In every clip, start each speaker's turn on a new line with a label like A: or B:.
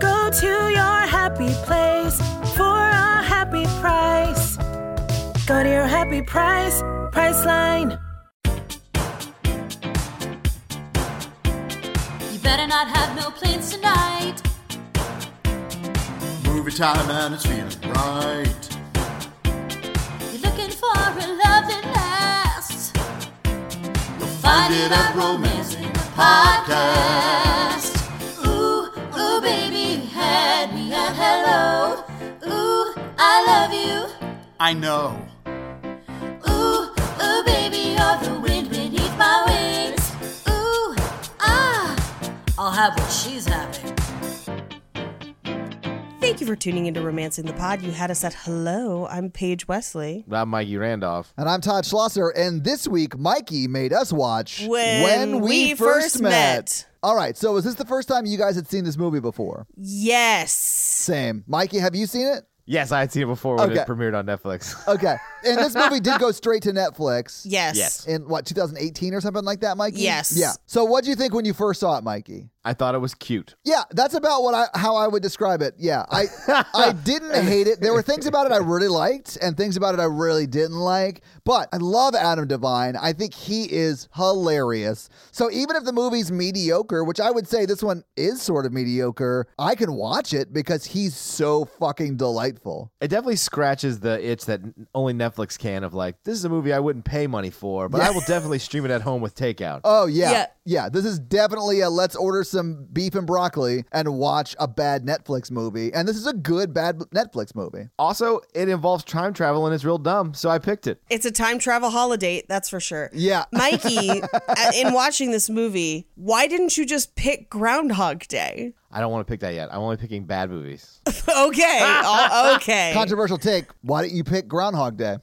A: Go to your happy place for a happy price. Go to your happy price, Priceline.
B: You better not have no plans tonight.
C: Movie time and it's feeling right.
B: You're looking for a love that lasts.
C: You'll find it at Romancing the Podcast.
B: Ooh, ooh, baby, you had me at hello. Ooh, I love you.
C: I know.
B: Ooh, ooh, baby, you're the wind beneath my wings. Ooh, ah, I'll have what she's having.
D: Thank you for tuning into Romancing the Pod. You had us at hello. I'm Paige Wesley.
E: I'm Mikey Randolph.
F: And I'm Todd Schlosser, and this week Mikey made us watch
D: When We First Met.
F: All right, so is this the first time you guys had seen this movie before?
D: Yes.
F: Same. Mikey, have you seen it?
E: Yes, I had seen it before when
F: Okay. Oh,
E: it premiered on Netflix.
F: Okay. And this movie did go straight to Netflix.
D: Yes.
E: Yes.
F: In what, 2018 or something like that, Mikey?
D: Yes.
F: Yeah. So what'd you think when you first saw it, Mikey?
E: I thought it was cute.
F: Yeah, that's about what I how I would describe it. Yeah. I I didn't hate it. There were things about it I really liked and things about it I really didn't like. But I love Adam Devine. I think he is hilarious. So even if the movie's mediocre, which I would say this one is sort of mediocre, I can watch it because he's so fucking delightful.
E: It definitely scratches the itch that n- only Netflix can of like, this is a movie I wouldn't pay money for, but I will definitely stream it at home with takeout.
F: Oh yeah.
D: Yeah.
F: Yeah. This is definitely a let's order some beef and broccoli and watch a bad Netflix movie. And this is a good bad Netflix movie.
E: Also, it involves time travel and it's real dumb, so I picked it.
D: It's a time travel holiday, that's for sure.
F: Yeah.
D: Mikey, a- in watching this movie, why didn't you just pick Groundhog Day?
E: I don't want to pick that yet. I'm only picking bad movies.
D: Okay. Oh, okay.
F: Controversial take. Why didn't you pick Groundhog Day?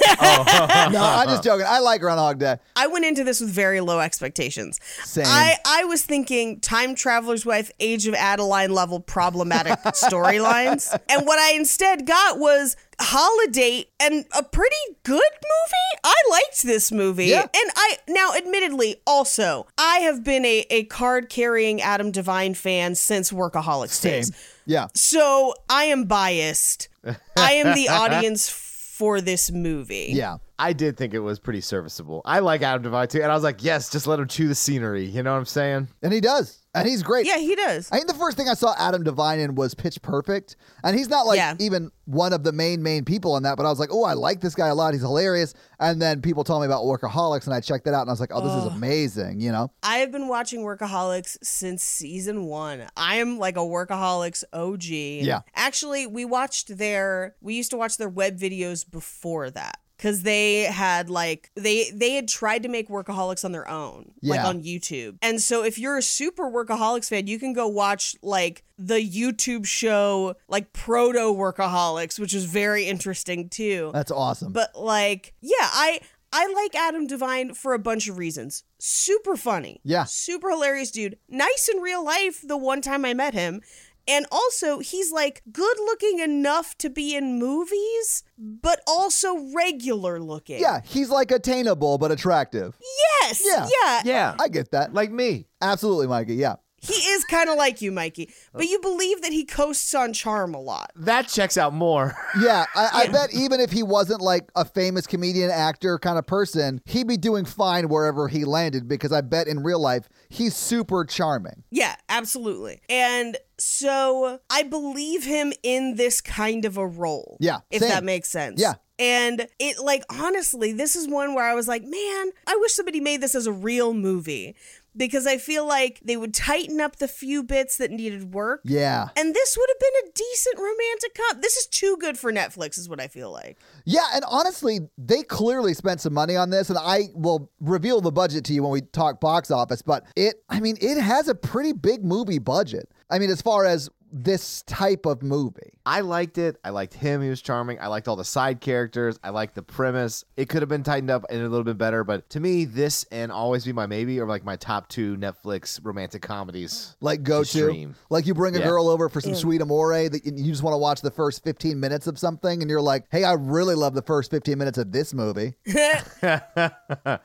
F: no, I'm just joking. I like Groundhog Day.
D: I went into this with very low expectations.
F: Same.
D: I, I was thinking time traveler's wife, age of Adeline level problematic storylines. And what I instead got was holiday and a pretty good movie. I liked this movie.
F: Yeah.
D: And I now admittedly also I have been a, a card carrying Adam Devine fan since Workaholics days.
F: Yeah.
D: So I am biased. I am the audience for this movie.
F: Yeah.
E: I did think it was pretty serviceable. I like Adam Devine too, and I was like, yes, just let him chew the scenery. You know what I'm saying?
F: And he does. And he's great.
D: Yeah, he does.
F: I think the first thing I saw Adam Devine in was Pitch Perfect. And he's not like
D: Yeah.
F: even one of the main, main people in that, but I was like, oh, I like this guy a lot. He's hilarious. And then people told me about Workaholics, and I checked that out, and I was like, oh, this is amazing, you know?
D: I have been watching Workaholics since season one. I am like a Workaholics OG.
F: Yeah.
D: Actually, we watched their we used to watch their web videos before that. Cause they had like they they had tried to make workaholics on their own, like
F: Yeah.
D: on YouTube. And so if you're a super workaholics fan, you can go watch like the YouTube show like proto workaholics, which is very interesting too.
F: That's awesome.
D: But like, yeah, I I like Adam Devine for a bunch of reasons. Super funny.
F: Yeah.
D: Super hilarious dude. Nice in real life the one time I met him. And also, he's like good looking enough to be in movies, but also regular looking.
F: yeah, he's like attainable, but attractive.
D: Yes.
F: Yeah.
D: Yeah.
E: Yeah.
F: I get that.
E: like me.
F: Absolutely, Mikey. Yeah.
D: He is kind of like you, Mikey. But you believe that he coasts on charm a lot.
E: That checks out more.
F: Yeah, I, I bet even if he wasn't like a famous comedian, actor kind of person, he'd be doing fine wherever he landed because I bet in real life he's super charming.
D: Yeah, absolutely. And So I believe him in this kind of a role.
F: Yeah,
D: If
F: same.
D: that makes sense.
F: Yeah.
D: And it, like, honestly, this is one where I was like, man, I wish somebody made this as a real movie because I feel like they would tighten up the few bits that needed work.
F: Yeah.
D: And this would have been a decent romantic comp. This is too good for Netflix, is what I feel like.
F: Yeah, and honestly, they clearly spent some money on this, and I will reveal the budget to you when we talk box office, but it, I mean, it has a pretty big movie budget. I mean, as far as this type of movie.
E: I liked it. I liked him. He was charming. I liked all the side characters. I liked the premise. It could have been tightened up and a little bit better, but to me, this and Always Be My Maybe are like my top two Netflix romantic comedies.
F: Like go to,
E: Extreme.
F: like you bring a
E: Yeah.
F: girl over for some sweet amore that you you just want to watch the first 15 minutes of something, and you're like, hey, I really love the first 15 minutes of this movie.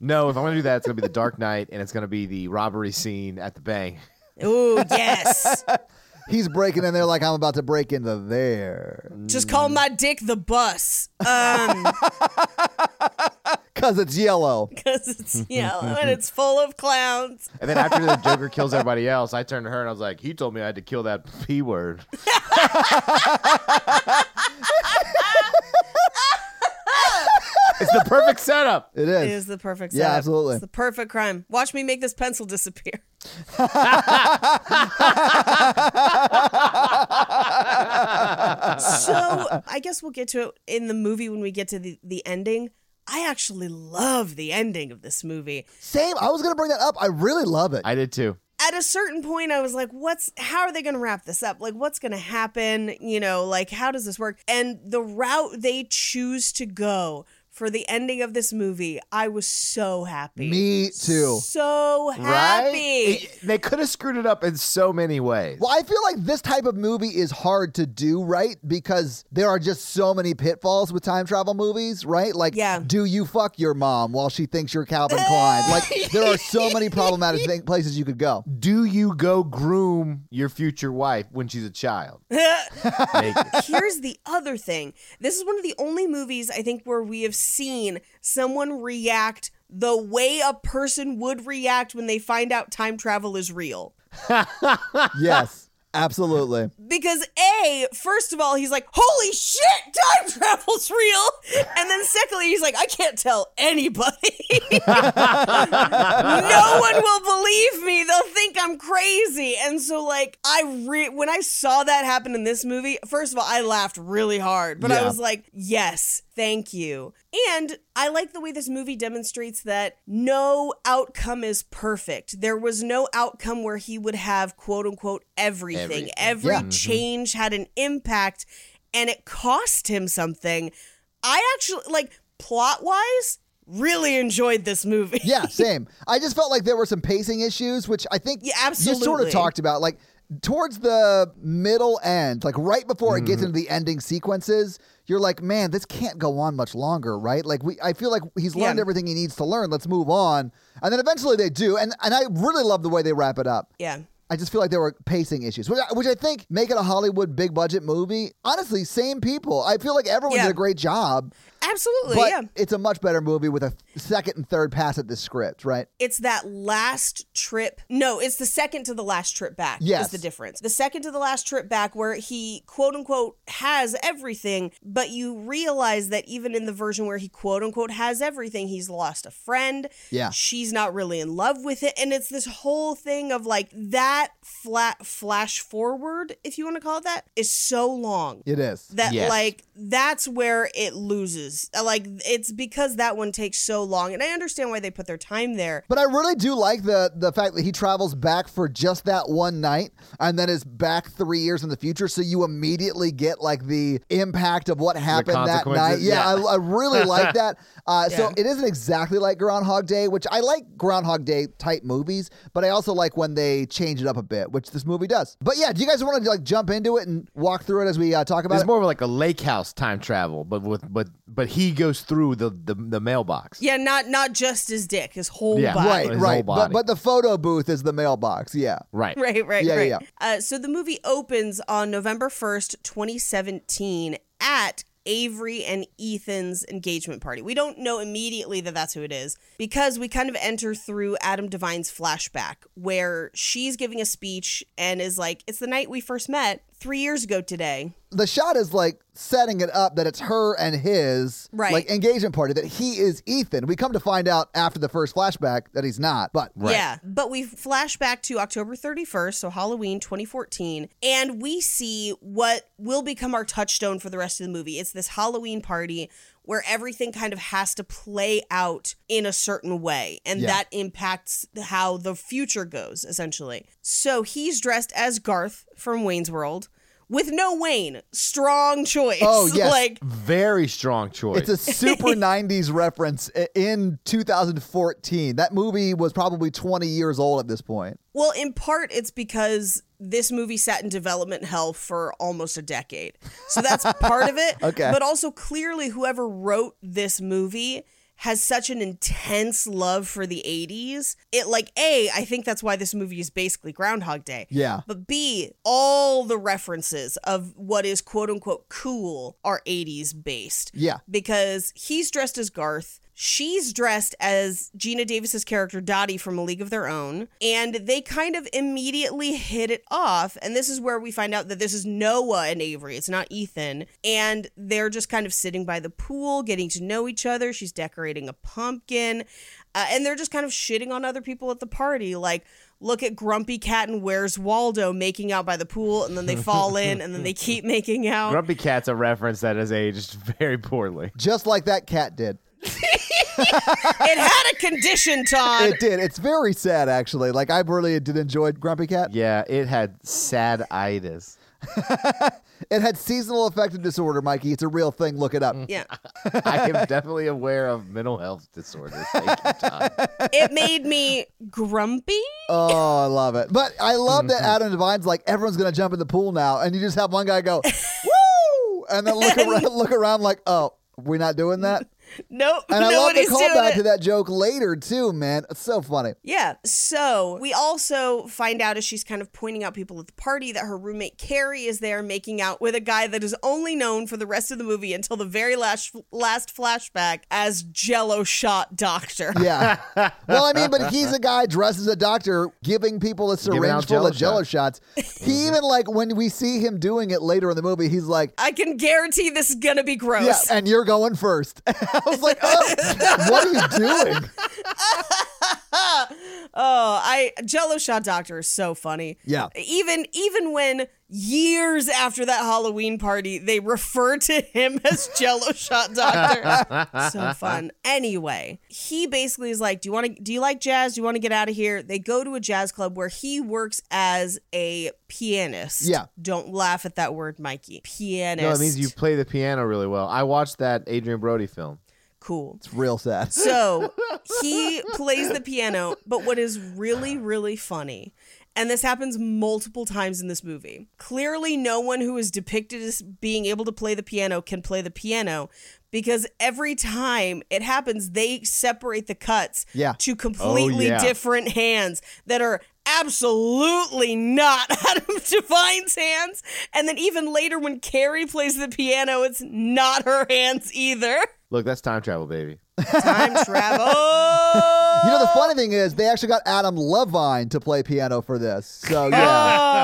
E: No, if I'm gonna do that, it's gonna be The Dark Knight, and it's gonna be the robbery scene at the bank.
D: Ooh, yes.
F: He's breaking in there like I'm about to break into there
D: Just call my dick the bus. Um,
F: because it's yellow.
D: because it's yellow and it's full of clowns.
E: And then after the Joker kills everybody else, I turned to her and I was like, "He told me I had to kill that p word." it's the perfect setup.
F: It
D: It
F: is.
D: is the perfect
F: Yeah,
D: setup.
F: absolutely.
D: It's the perfect crime. Watch me make this pencil disappear. so I guess we'll get to it in the movie when we get to the, the ending. I actually love the ending of this movie.
F: Same. I was gonna bring that up. I really love it.
E: I did too.
D: at a certain point i was like what's how are they going to wrap this up like what's going to happen you know like how does this work and the route they choose to go for the ending of this movie i was so happy
F: Me too.
D: so
E: Right?
D: happy
E: It- they could have screwed it up in so many ways.
F: Well, I feel like this type of movie is hard to do right because there are just so many pitfalls with time travel movies, right? Like,
D: Yeah.
F: do you fuck your mom while she thinks you're Calvin Klein? Like, there are so many problematic thing- places you could go.
E: Do you go groom your future wife when she's a child? Naked.
D: here's the other thing this is one of the only movies i think where we have seen someone react the way a person would react when they find out time travel is real
F: Yes, absolutely.
D: Because A, first of all, he's like, holy shit, time travel's real. And then secondly, he's like, I can't tell anybody. no one will believe me. They'll think I'm crazy. And so like I re- when I saw that happen in this movie, first of all, I laughed really hard, but I
F: Yeah.
D: was like, yes, thank you. And I like the way this movie demonstrates that no outcome is perfect. There was no outcome where he would have quote unquote everything.
E: Everything.
D: Every
F: Yeah.
D: change had an impact and it cost him something. I actually like plot wise really enjoyed this movie.
F: Yeah, same. I just felt like there were some pacing issues, which I think
D: Yeah,
F: you sort of
D: absolutely.
F: talked about. Like towards the middle end, like right before it gets into the ending sequences, you're like, man, this can't go on much longer, right? Like we, I feel like he's learned
D: Yeah.
F: everything he needs to learn. Let's move on. And then eventually they do, and and I really love the way they wrap it up.
D: Yeah.
F: I just feel like there were pacing issues, which I, which I think make it a Hollywood big budget movie. Honestly, same people. I feel like everyone
D: Yeah.
F: did a great job,
D: Absolutely.
F: but
D: yeah.
F: it's a much better movie with a second and third pass at the script, right?
D: It's that last trip. No, it's the second to the last trip back.
F: Yes.
D: Is the difference. The second to the last trip back where he quote unquote has everything, but you realize that even in the version where he quote unquote has everything, he's lost a friend.
F: Yeah.
D: She's not really in love with it. And it's this whole thing of like that flat flash forward, if you want to call it that, is so long.
F: It is.
D: that
E: Yes.
D: like that's where it loses like it's because that one takes so long and i understand why they put their time there
F: But I really do like the the fact that he travels back for just that one night and then is back three years in the future. So you immediately get like the impact of what happened that
E: consequences,
F: night. Yeah,
E: yeah.
F: I, I really like that. Uh, So it isn't exactly like Groundhog Day, which I like Groundhog Day type movies, but I also like when they change it up a bit, which this movie does. But yeah, do you guys want to like jump into it and walk through it as we uh, talk about
E: It's
F: it?
E: more of like a lake house time travel, but with but but he goes through the the, the mailbox.
D: yeah not not just his dick his whole
E: Yeah.
D: body
F: right,
E: His
F: right.
E: whole
F: But
E: body.
F: but the photo booth is the mailbox. Yeah.
E: Right.
D: right right
F: Yeah,
D: right
F: yeah,
D: Uh, so the movie opens on november 1st 2017 at Avery and Ethan's engagement party. We don't know immediately that that's who it is because we kind of enter through Adam Devine's flashback where she's giving a speech and is like, It's the night we first met three years ago today.
F: the shot is like setting it up that it's her and his
D: Right.
F: like engagement party that he is Ethan. We come to find out after the first flashback that he's not, but
D: Yeah. But we flash back to October 31st, so Halloween 2014, and we see what will become our touchstone for the rest of the movie. It's this Halloween party where everything kind of has to play out in a certain way, and
F: Yeah.
D: that impacts how the future goes, essentially. So he's dressed as Garth from Wayne's World. With no Wayne, strong choice.
F: Oh, yes.
D: like
E: Very strong choice.
F: it's a super 90s reference i- in 2014. That movie was probably 20 years old at this point.
D: Well, in part, it's because this movie sat in development hell for almost a decade. So that's part of it.
F: Okay.
D: But also, clearly, whoever wrote this movie has such an intense love for the 80s. It, like, A, I think that's why this movie is basically Groundhog Day.
F: Yeah.
D: But B, all the references of what is quote unquote cool are 80s based.
F: Yeah.
D: Because he's dressed as Garth. She's dressed as Gina Davis's character Dottie from A League of Their Own. And they kind of immediately hit it off. And this is where we find out that this is Noah and Avery. It's not Ethan. And they're just kind of sitting by the pool, getting to know each other. She's decorating a pumpkin. Uh, and they're just kind of shitting on other people at the party. Like, look at Grumpy Cat and Where's Waldo making out by the pool. And then they fall in and then they keep making out.
E: Grumpy Cat's a reference that has aged very poorly.
F: Just like that cat did.
D: it had a condition, Todd.
F: It did. It's very sad, actually. Like, I really did enjoy Grumpy Cat.
E: Yeah, it had sad itis.
F: It had seasonal affective disorder, Mikey. It's a real thing. Look it up.
D: Yeah.
E: I am definitely aware of mental health disorders. Thank you, Todd.
D: It made me grumpy.
F: Oh, I love it. But I love that Adam Devine's like, everyone's gonna jump in the pool now, and you just have one guy go, Woo! And then look around look around like, oh, we're not doing that.
D: Nope.
F: And I love the
D: nobody's doing
F: callback
D: it.
F: to that joke later too, man. It's so funny.
D: Yeah. So we also find out as she's kind of pointing out people at the party that her roommate Carrie is there making out with a guy that is only known for the rest of the movie until the very last last flashback as Jello shot doctor.
F: Yeah. well, I mean, but he's a guy dressed as a doctor giving people a
E: Giving out
F: syringe full of
E: Jell-O
F: jello shots. He even like when we see him doing it later in the movie, he's like,
D: I can guarantee this is gonna be gross.
F: Yeah, and you're going first. I was like, Oh, what are you doing?
D: Oh, I Jello shot doctor is so funny.
F: Yeah.
D: Even even when years after that Halloween party they refer to him as Jello shot doctor. so fun. Anyway, he basically is like, "Do you want to do you like jazz? Do you want to get out of here?" They go to a jazz club where he works as a pianist.
F: Yeah.
D: Don't laugh at that word, Mikey. Pianist.
E: No, it means you play the piano really well. I watched that Adrian Brody film.
D: cool.
F: It's real sad.
D: So he plays the piano, but what is really, really funny, and this happens multiple times in this movie. Clearly, no one who is depicted as being able to play the piano can play the piano because every time it happens, they separate the cuts
F: Yeah.
D: to completely
E: yeah.
D: different hands that are absolutely not Adam Devine's hands. And then even later, when Carrie plays the piano, it's not her hands either.
E: Look, that's time travel, baby.
D: Time travel.
F: You know, the funny thing is, they actually got Adam Levine to play piano for this. So, yeah.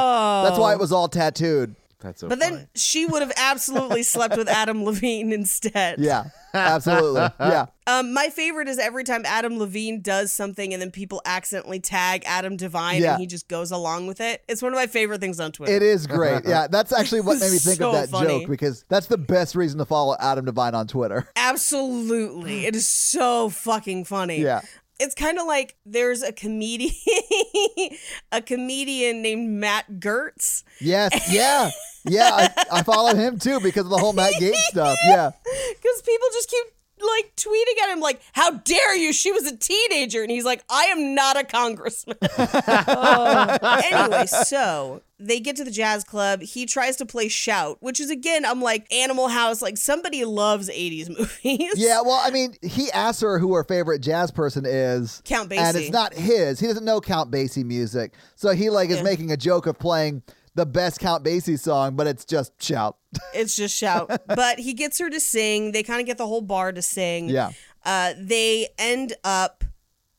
D: Oh.
F: That's why it was all tattooed.
E: That's so
D: But then she would have absolutely slept with Adam Levine instead.
F: Yeah. Absolutely. Yeah.
D: Um, my favorite is every time Adam Levine does something and then people accidentally tag Adam Devine
F: Yeah.
D: and he just goes along with it. It's one of my favorite things on Twitter.
F: It is great. Yeah. That's actually what made me think
D: So
F: of that
D: funny.
F: joke because that's the best reason to follow Adam Devine on Twitter.
D: Absolutely. It is so fucking funny.
F: Yeah.
D: It's kind of like there's a comedian a comedian named Matt Gertz
F: Yes. Yeah. Yeah. I, I follow him too because of the whole Matt Gates stuff. Yeah.
D: Because people just keep like tweeting at him, like, "How dare you? She was a teenager," and he's like, "I am not a congressman." Uh, anyway, so they get to the jazz club. He tries to play shout, which is again, I'm like Animal House. Like somebody loves '80s movies.
F: Yeah. Well, I mean, he asks her who her favorite jazz person is.
D: Count
F: And
D: Basie.
F: it's not his. He doesn't know Count Basie music. So he like is making a joke of playing the best Count Basie song, but it's just shout.
D: It's just shout. but he gets her to sing. They kind of get the whole bar to sing.
F: Yeah.
D: Uh, they end up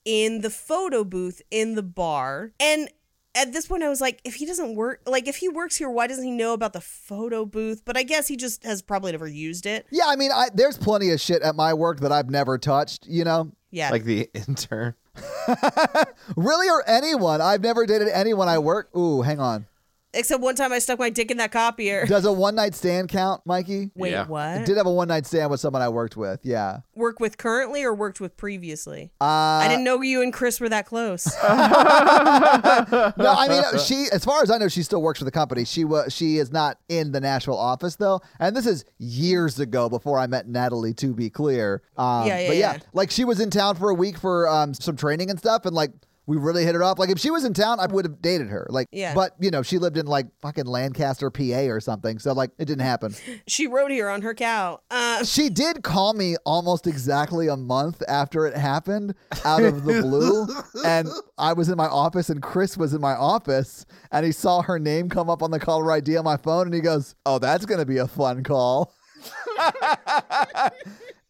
D: in the photo booth in the bar. And at this point, I was like, if he doesn't work, like, if he works here, why doesn't he know about the photo booth? But I guess he just has probably never used it.
F: Yeah, I mean, I, there's plenty of shit at my work that I've never touched, you know?
D: Yeah.
E: Like the intern.
F: Really, or anyone. I've never dated anyone I work. Ooh, hang on.
D: Except one time I stuck my dick in that copier.
F: Does a one night stand count, Mikey?
D: Wait,
E: Yeah.
F: I
D: what?
F: did have a one night stand with someone I worked with. Yeah.
D: Work with currently or worked with previously?
F: Uh,
D: I didn't know you and Chris were that close.
F: no, I mean she. As far as I know, she still works for the company. She was. She is not in the Nashville office though, and this is years ago before I met Natalie. To be clear, um,
D: Yeah, yeah,
F: but yeah,
D: yeah.
F: like she was in town for a week for um, some training and stuff, and like we really hit it off. Like if she was in town, I would have dated her. Like,
D: Yeah.
F: But you know, she lived in like fucking Lancaster, PA, or something. So like, it didn't happen.
D: she rode here on her cow. Uh,
F: She did call me almost exactly a month after it happened out of the blue. and I was in my office, and Chris was in my office, and he saw her name come up on the caller ID on my phone, and he goes, Oh, that's going to be a fun call.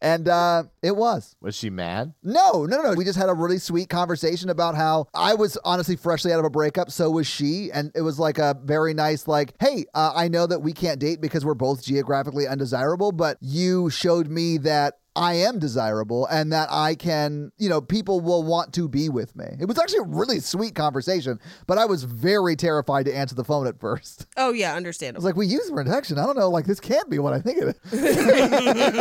F: and uh, it was.
E: Was she mad?
F: No, no, no. We just had a really sweet conversation about how I was honestly freshly out of a breakup. So was she. And it was like a very nice, like, hey, uh, I know that we can't date because we're both geographically undesirable, but you showed me that. I am desirable and that I can, you know, people will want to be with me. It was actually a really sweet conversation, but I was very terrified to answer the phone at first. I
D: oh, yeah,
F: was
D: understandable.
F: like, we use protection. I don't know. Like, this can't be what I think it is.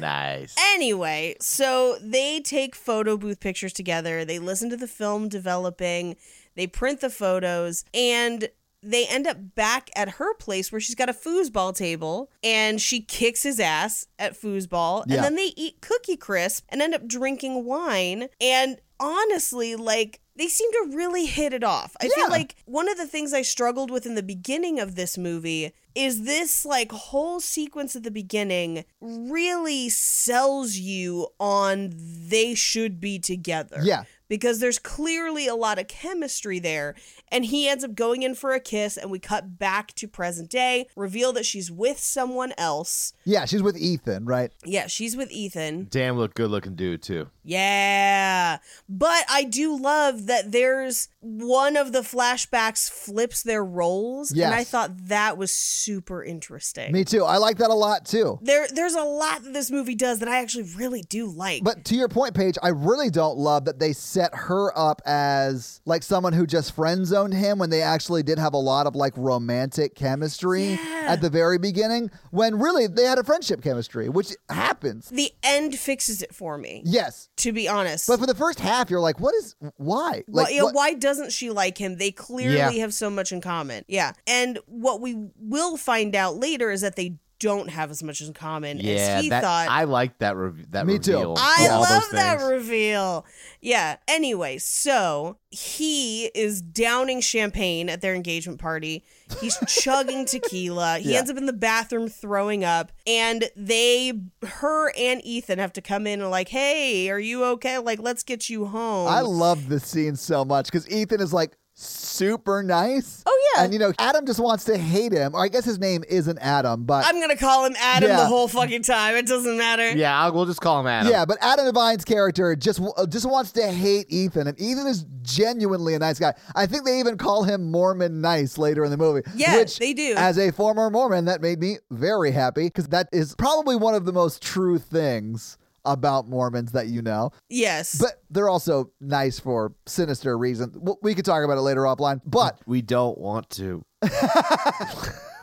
E: nice.
D: Anyway, so they take photo booth pictures together. They listen to the film developing. They print the photos and they end up back at her place where she's got a foosball table and she kicks his ass at foosball.
F: Yeah.
D: And then they eat cookie crisp and end up drinking wine. And honestly, like, they seem to really hit it off. I feel
F: Yeah.
D: like one of the things I struggled with in the beginning of this movie is this like whole sequence at the beginning really sells you on they should be together.
F: Yeah.
D: Because there's clearly a lot of chemistry there. And he ends up going in for a kiss, and we cut back to present day, reveal that she's with someone else.
F: yeah, she's with Ethan, right?
D: Yeah, she's with Ethan.
E: Damn, look good looking dude too.
D: Yeah. But I do love that there's one of the flashbacks flips their roles.
F: Yes.
D: And I thought that was super interesting.
F: Me too. I like that a lot too.
D: there, there's a lot that this movie does that I actually really do like.
F: But to your point, Paige, I really don't love that they set her up as like someone who just friend zoned him when they actually did have a lot of like romantic chemistry at the very beginning, when really they had a friendship chemistry, which happens.
D: the end fixes it for me,
F: Yes.
D: to be honest.
F: But for the first half, you're like, what is, why?
D: Why-
F: Like,
D: yeah,
F: what-
D: why doesn't she like him? They clearly
E: Yeah.
D: have so much in common. Yeah. And what we will find out later is that they don't have as much in common
E: Yeah,
D: as he
E: that,
D: thought.
E: I like that. Rev- that
F: Me too.
E: reveal. for
D: I
E: all
D: love
E: those
D: that
E: things.
D: reveal. Yeah. Anyway, so he is downing champagne at their engagement party. He's chugging tequila. He
F: Yeah.
D: ends up in the bathroom throwing up. And they, her and Ethan, have to come in and, like, hey, are you okay? Like, let's get you home.
F: I love this scene so much because Ethan is like super nice.
D: Oh, yeah.
F: And you know, Adam just wants to hate him. Or I guess his name isn't Adam, but.
D: I'm going to call him Adam
F: Yeah.
D: the whole fucking time. It doesn't matter.
E: Yeah, I'll, we'll just call him Adam.
F: Yeah, but Adam Devine's character just w- uh, just wants to hate Ethan, and Ethan is genuinely a nice guy. I think they even call him Mormon nice later in the movie.
D: Yeah,
F: which,
D: they do.
F: As a former Mormon, that made me very happy because that is probably one of the most true things about Mormons that you know.
D: Yes.
F: But they're also nice for sinister reasons. W- We could talk about it later offline, but
E: We don't want to.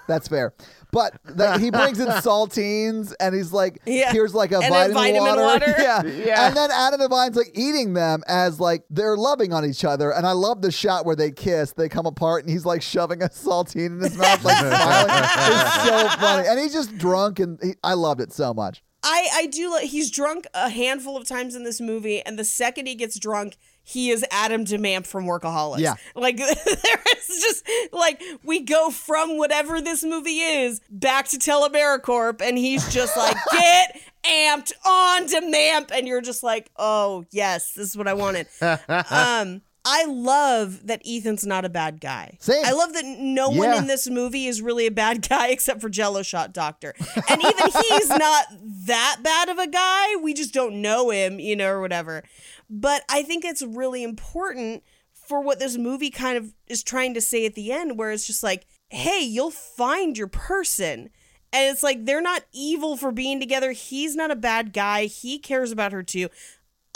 F: that's fair. But that he brings in saltines, and he's like,
D: Yeah.
F: here's like a
D: And then
F: vitamin,
D: vitamin water.
F: Yeah.
E: Yeah.
F: And then Adam Devine's like eating them as like they're loving on each other. And I love the shot where they kiss, they come apart, and he's like shoving a saltine in his mouth, like smiling. It's so funny. And he's just drunk, and he, I loved it so much.
D: I I do like he's drunk a handful of times in this movie, and the second he gets drunk, he is Adam DeMamp from Workaholics.
F: Yeah.
D: like there is just like we go from whatever this movie is back to Telemericorp, and he's just like get amped on DeMamp, and you're just like, oh yes, this is what I wanted. um, I love that Ethan's not a bad guy.
F: Same.
D: I love that no one
E: Yeah.
D: in this movie is really a bad guy except for Jello Shot Doctor. And even he's not that bad of a guy. We just don't know him, you know, or whatever. But I think it's really important for what this movie kind of is trying to say at the end, where it's just like, hey, you'll find your person. And it's like they're not evil for being together. He's not a bad guy. He cares about her too.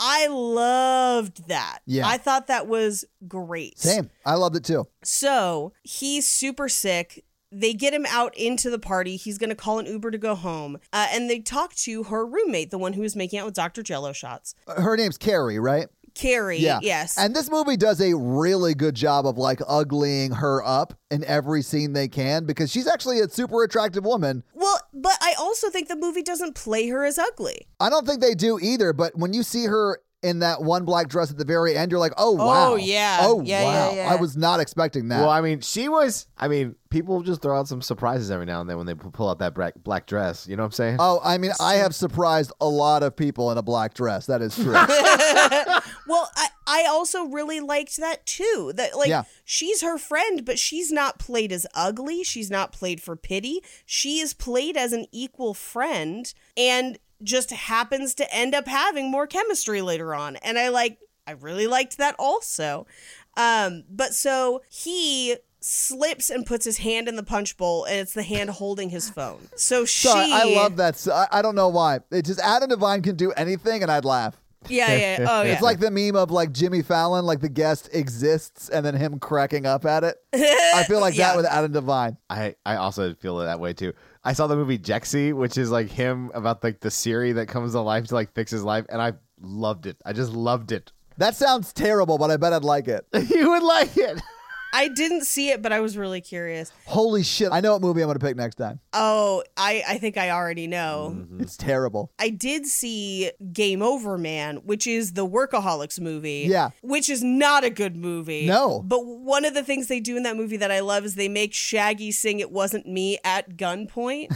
D: I loved that.
F: Yeah.
D: I thought that was great.
F: Same. I loved it too.
D: So he's super sick. They get him out into the party. He's going to call an Uber to go home. Uh, and they talk to her roommate, the one who was making out with Dr. Jello shots.
F: Her name's Carrie, right?
D: Carrie, yes.
F: And this movie does a really good job of like uglying her up in every scene they can because she's actually a super attractive woman.
D: well, but I also think the movie doesn't play her as ugly.
F: I don't think they do either, but when you see her in that one black dress at the very end, you're like, oh, wow.
D: yeah.
F: Oh,
D: Yeah,
F: wow.
D: yeah, yeah.
F: I was not expecting that.
E: Well, I mean, she was. I mean, people just throw out some surprises every now and then when they pu- pull out that black black dress. You know what I'm saying?
F: oh, I mean, I have surprised a lot of people in a black dress. That is true.
D: Well, I, I also really liked that too. That like
F: Yeah.
D: she's her friend, but she's not played as ugly. She's not played for pity. She is played as an equal friend and just happens to end up having more chemistry later on. And I like I really liked that also. Um, but so he slips and puts his hand in the punch bowl and it's the hand holding his phone. So she
F: Sorry, I love that. So- I, I don't know why. It just Adam Devine can do anything and I'd laugh.
D: Yeah, yeah. Oh yeah.
F: It's like the meme of like Jimmy Fallon, like the guest exists and then him cracking up at it. I feel like
D: Yeah.
F: that with Adam Devine.
E: I I also feel it that way too. I saw the movie Jexy, which is like him about like the Siri that comes to life to like fix his life, and I loved it. I just loved it.
F: That sounds terrible, but I bet I'd like it.
E: you would like it.
D: I didn't see it, but I was really curious.
F: Holy shit. I know what movie I'm going to pick next time.
D: Oh, I, I think I already know.
E: Mm.
F: It's terrible.
D: I did see Game Over Man, which is the Workaholics movie.
F: Yeah.
D: Which is not a good movie.
F: No.
D: But one of the things they do in that movie that I love is they make Shaggy sing It Wasn't Me at gunpoint.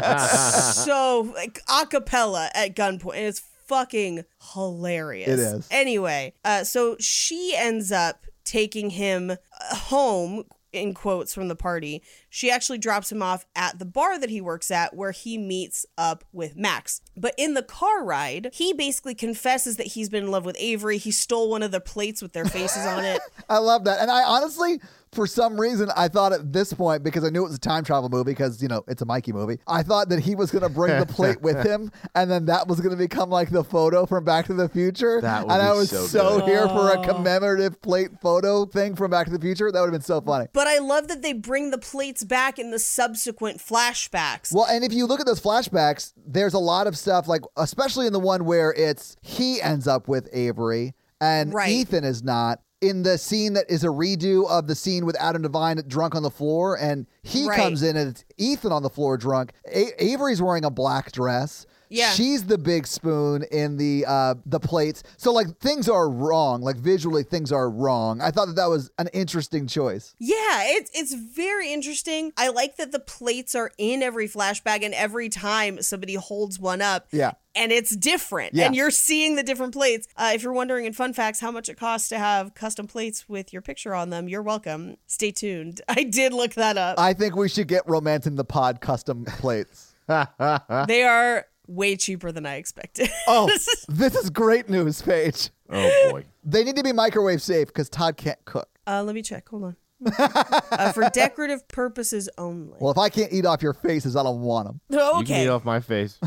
D: so, like, a cappella at gunpoint. And it's fucking hilarious.
F: It is.
D: Anyway, uh, so she ends up taking him uh, home in quotes from the party. She actually drops him off at the bar that he works at where he meets up with Max. But in the car ride, he basically confesses that he's been in love with Avery. He stole one of the plates with their faces on it.
F: I love that. And I honestly, for some reason, I thought at this point, because I knew it was a time travel movie, because, you know, it's a Mikey movie, I thought that he was going to bring the plate with him and then that was going to become like the photo from Back to the Future.
E: That would
F: and I
E: be
F: was
E: so
F: so
E: good.
F: here for a commemorative plate photo thing from Back to the Future. That would have been so funny.
D: But I love that they bring the plates back in the subsequent flashbacks.
F: Well, and if you look at those flashbacks, there's a lot of stuff like especially in the one where it's he ends up with Avery and
D: Right.
F: Ethan is not. In the scene that is a redo of the scene with Adam Devine drunk on the floor, and he
D: Right.
F: comes in and it's Ethan on the floor drunk. A- Avery's wearing a black dress.
D: Yeah.
F: she's the big spoon in the uh, the plates. So like things are wrong. Like visually, things are wrong. I thought that that was an interesting choice.
D: Yeah, it's it's very interesting. I like that the plates are in every flashback and every time somebody holds one up.
F: Yeah.
D: And it's different.
F: Yeah.
D: And you're seeing the different plates. Uh, if you're wondering in fun facts how much it costs to have custom plates with your picture on them, you're welcome. Stay tuned. I did look that up.
F: I think we should get romancing the pod custom plates.
D: they are way cheaper than I expected.
F: Uh-huh. Oh, this is great news, Paige.
E: Oh boy.
F: They need to be microwave safe because Todd can't cook.
D: uh, let me check. Hold on. uh, for decorative purposes only.
F: Well, if I can't eat off your faces, I don't want them.
E: You can
D: okay.
E: get off my face.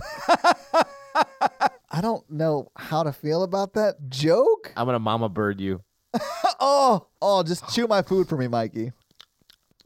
F: I don't know how to feel about that joke.
E: I'm gonna mama bird you.
F: Oh, oh, just chew my food for me, Mikey.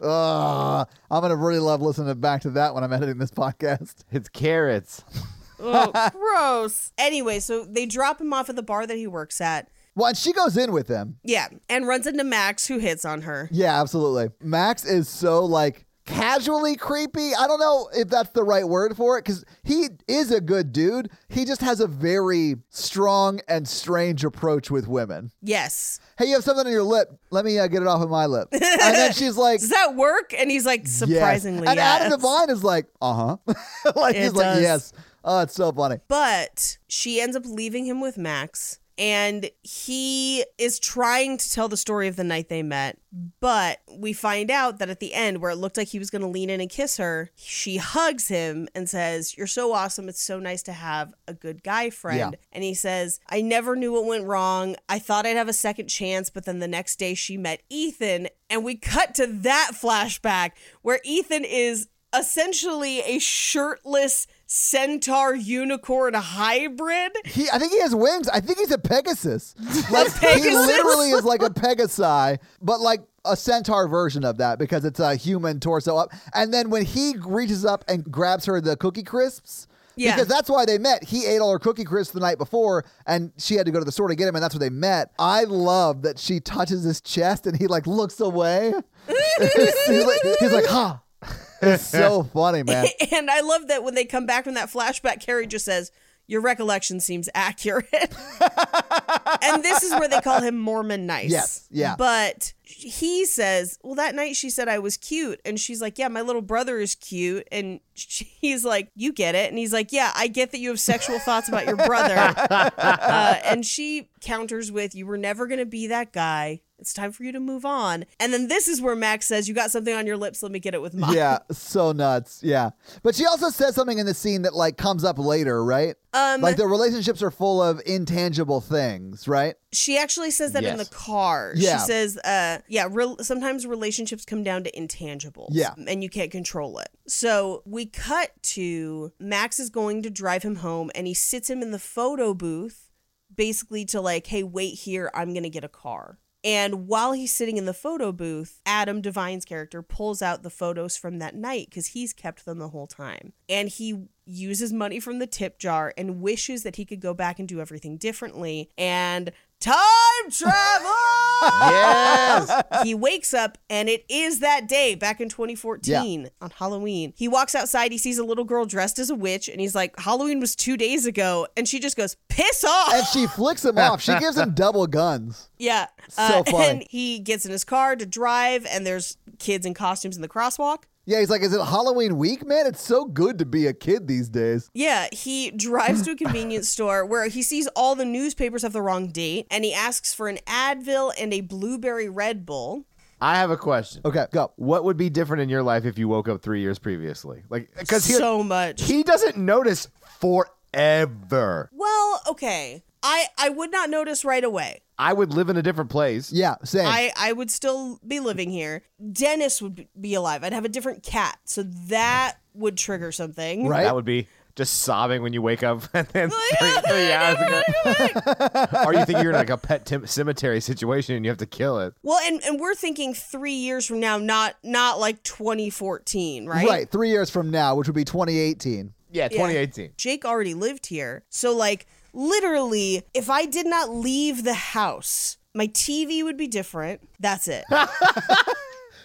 F: Ugh, I'm gonna really love listening back to that when I'm editing this podcast.
E: It's carrots.
D: oh, gross. Anyway, so they drop him off at the bar that he works at.
F: Well, and she goes in with him.
D: Yeah, and runs into Max, who hits on her.
F: Yeah, absolutely. Max is so like casually creepy. I don't know if that's the right word for it because he is a good dude. He just has a very strong and strange approach with women.
D: Yes.
F: Hey, you have something on your lip. Let me uh, get it off of my lip. And then she's like,
D: Does that work? And he's like,
F: yes.
D: surprisingly,
F: And
D: yes.
F: Adam Devine is like, uh huh. like,
D: It
F: he's
D: does.
F: like, yes. Oh, it's so funny.
D: But she ends up leaving him with Max. and he is trying to tell the story of the night they met. But we find out that at the end, where it looked like he was going to lean in and kiss her, she hugs him and says, You're so awesome. It's so nice to have a good guy friend.
F: Yeah.
D: And he says, I never knew what went wrong. I thought I'd have a second chance, but then the next day she met Ethan. And we cut to that flashback where Ethan is essentially a shirtless centaur unicorn hybrid.
F: He, I think he has wings. I think he's a Pegasus. Like he
D: Pegasus?
F: literally is like a Pegasi, but like a centaur version of that because it's a human torso up. And then when he reaches up and grabs her the cookie crisps,
D: Yeah.
F: because that's why they met. He ate all her cookie crisps the night before, and she had to go to the store to get him, and that's where they met. I love that she touches his chest and he like looks away. he's, like, he's like, huh. It's so funny, man.
D: And I love that when they come back from that flashback, Carrie just says, Your recollection seems accurate. and this is where they call him Mormon nice.
F: Yes, yeah.
D: But he says, Well, that night she said I was cute. And she's like, Yeah, my little brother is cute. And she's like, You get it. And he's like, Yeah, I get that you have sexual thoughts about your brother. uh, and she counters with, You were never going to be that guy. It's time for you to move on. And then this is where Max says, You got something on your lips. Let me get it with mine.
F: yeah, so nuts. Yeah. But she also says something in the scene that like comes up later, right? Um like the relationships are full of intangible things, right?
D: she actually says that in the
E: Yes.
D: car.
F: Yeah.
D: She says, uh, yeah, rel sometimes relationships come down to intangibles.
F: Yeah.
D: And you can't control it. So we cut to Max is going to drive him home and he sits him in the photo booth basically to like, hey, wait here. I'm going to get a car. And while he's sitting in the photo booth, Adam Devine's character pulls out the photos from that night because he's kept them the whole time. And he uses money from the tip jar and wishes that he could go back and do everything differently. And time travel!
E: Yes.
D: he wakes up and it is that day back in 2014 on Halloween. He walks outside, he sees a little girl dressed as a witch, and he's like, Halloween was two days ago. And she just goes, piss off.
F: And she flicks him off. She gives him double guns.
D: Yeah. Uh,
F: So funny.
D: And he gets in his car to drive, and there's kids in costumes in the crosswalk.
F: Yeah, he's like, Is it Halloween week, man? It's so good to be a kid these days.
D: Yeah, he drives to a convenience store where he sees all the newspapers have the wrong date, and he asks for an Advil and a blueberry Red Bull.
E: I have a question.
F: Okay, go.
E: What would be different in your life if you woke up three years previously? Like, because he,
D: so much.
E: he doesn't notice forever.
D: well, okay. I, I would not notice right away.
E: I would live in a different place.
F: Yeah, same.
D: I, I would still be living here. Dennis would be- be alive. I'd have a different cat. So that would trigger something.
F: Right?
E: That would be just sobbing when you wake up and then three, three hours ago. or you think you're in like a pet tim- cemetery situation and you have to kill it.
D: Well, and, and we're thinking three years from now, not not like 2014, right?
F: right, three years from now, which would be 2018.
E: Yeah, 2018.
D: Jake already lived here. So, like, literally, if I did not leave the house, my TV would be different. That's it.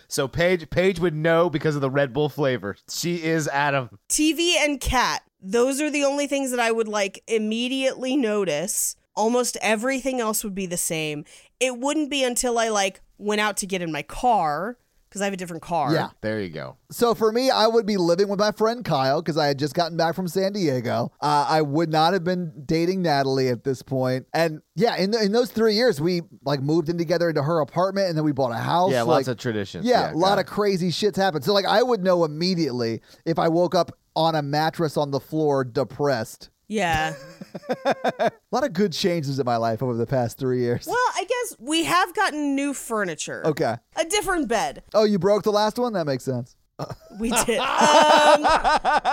E: So Paige, Paige would know because of the Red Bull flavor. She is Adam.
D: TV and cat, those are the only things that I would like immediately notice. Almost everything else would be the same. It wouldn't be until I like went out to get in my car because I have a different car.
F: Yeah.
E: There you go.
F: So for me, I would be living with my friend Kyle because I had just gotten back from San Diego. Uh, I would not have been dating Natalie at this point. And yeah, in, the, in those three years, we like moved in together into her apartment, and then we bought a house.
E: Yeah,
F: like,
E: lots of traditions.
F: Yeah,
E: Yeah,
F: a lot
E: got
F: of crazy shits happened. So like, I would know immediately if I woke up on a mattress on the floor, depressed.
D: Yeah.
F: A lot of good changes in my life over the past three years.
D: well, I guess we have gotten new furniture.
F: Okay.
D: A different bed.
F: Oh, you broke the last one. That makes sense.
D: We did. um,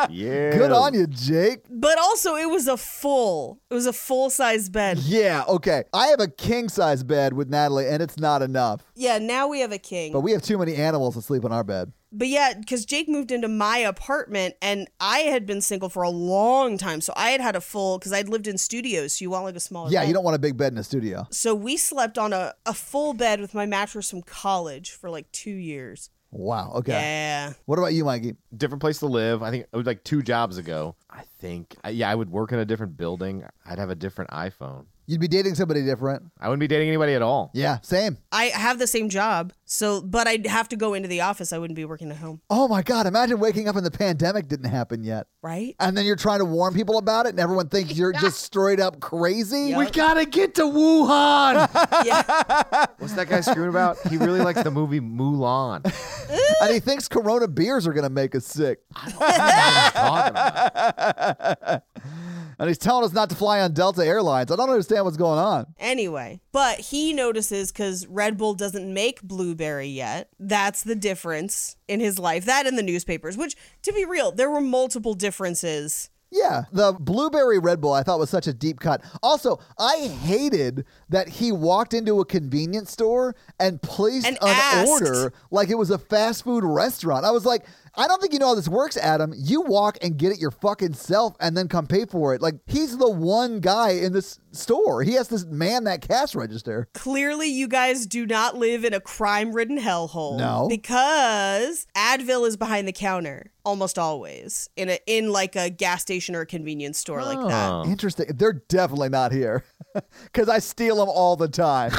E: Yeah.
F: Good on you, Jake.
D: but also it was a full. It was a full size bed.
F: Yeah. Okay. I have a king size bed with Natalie, and it's not enough.
D: Yeah, now we have a king.
F: But we have too many animals to sleep on our bed.
D: But yeah, because Jake moved into my apartment and I had been single for a long time. So I had had a full, because I'd lived in studios. So you want like a smaller
F: Yeah,
D: bed.
F: you don't want a big bed in a studio.
D: So we slept on a, a full bed with my mattress from college for like two years.
F: Wow. Okay.
D: Yeah.
F: What about you, Mikey?
E: Different place to live. I think it was like two jobs ago. I think. I, yeah, I would work in a different building. I'd have a different iPhone.
F: You'd be dating somebody different.
E: I wouldn't be dating anybody at all.
F: Yeah, same.
D: I have the same job, so but I'd have to go into the office. I wouldn't be working at home,
F: Oh my God, imagine waking up and the pandemic didn't happen yet.
D: right?
F: And then you're trying to warn people about it and everyone thinks you're just straight up crazy.
E: We gotta get to Wuhan. What's that guy screaming about? He really likes the movie Mulan. What
F: And he thinks Corona beers are going to make us sick.
E: are you talking about?
F: And he's telling us not to fly on Delta Airlines. I don't understand what's going on.
D: Anyway, but he notices because Red Bull doesn't make blueberry yet. That's the difference in his life. That in the newspapers, which, to be real, there were multiple differences.
F: Yeah, the blueberry Red Bull I thought was such a deep cut. Also, I hated that he walked into a convenience store and placed
D: And
F: an
D: asked.
F: order like it was a fast food restaurant. I was like, I don't think you know how this works, Adam. You walk and get it your fucking self and then come pay for it. Like, he's the one guy in this store. He has to man that cash register.
D: Clearly, you guys do not live in a crime ridden hellhole.
F: No.
D: Because Advil is behind the counter almost always in a in like a gas station or a convenience store like
E: Oh.
D: that.
E: Um,
F: Interesting. They're definitely not here because I steal them all the time.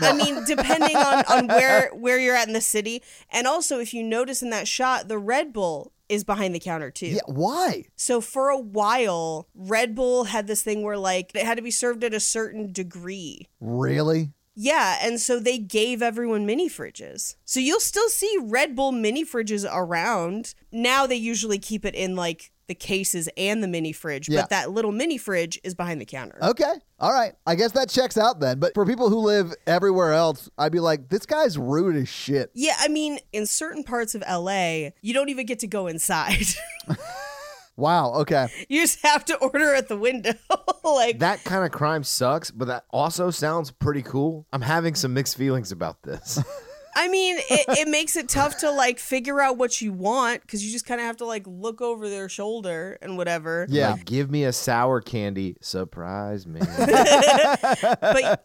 D: I mean, depending on, on where where you're at in the city. And also if you notice in that shot, the Red Bull is behind the counter too.
F: yeah, why?
D: So for a while, Red Bull had this thing where like it had to be served at a certain degree.
F: Really?
D: Yeah, and so they gave everyone mini fridges. So you'll still see Red Bull mini fridges around. Now they usually keep it in like the cases and the mini fridge,
F: Yeah. Oh.
D: but that little mini fridge is behind the counter.
F: Okay. All right. I guess that checks out then. But for people who live everywhere else, I'd be like, this guy's rude as shit.
D: Yeah, I mean, in certain parts of LA, you don't even get to go inside.
F: Wow. Okay.
D: you just have to order at the window. like
E: That kind of crime sucks, but that also sounds pretty cool. I'm having some mixed feelings about this.
D: I mean, it, it makes it tough to like figure out what you want because you just kind of have to like look over their shoulder and whatever.
F: Yeah.
E: Like, give me a sour candy. Surprise me.
D: But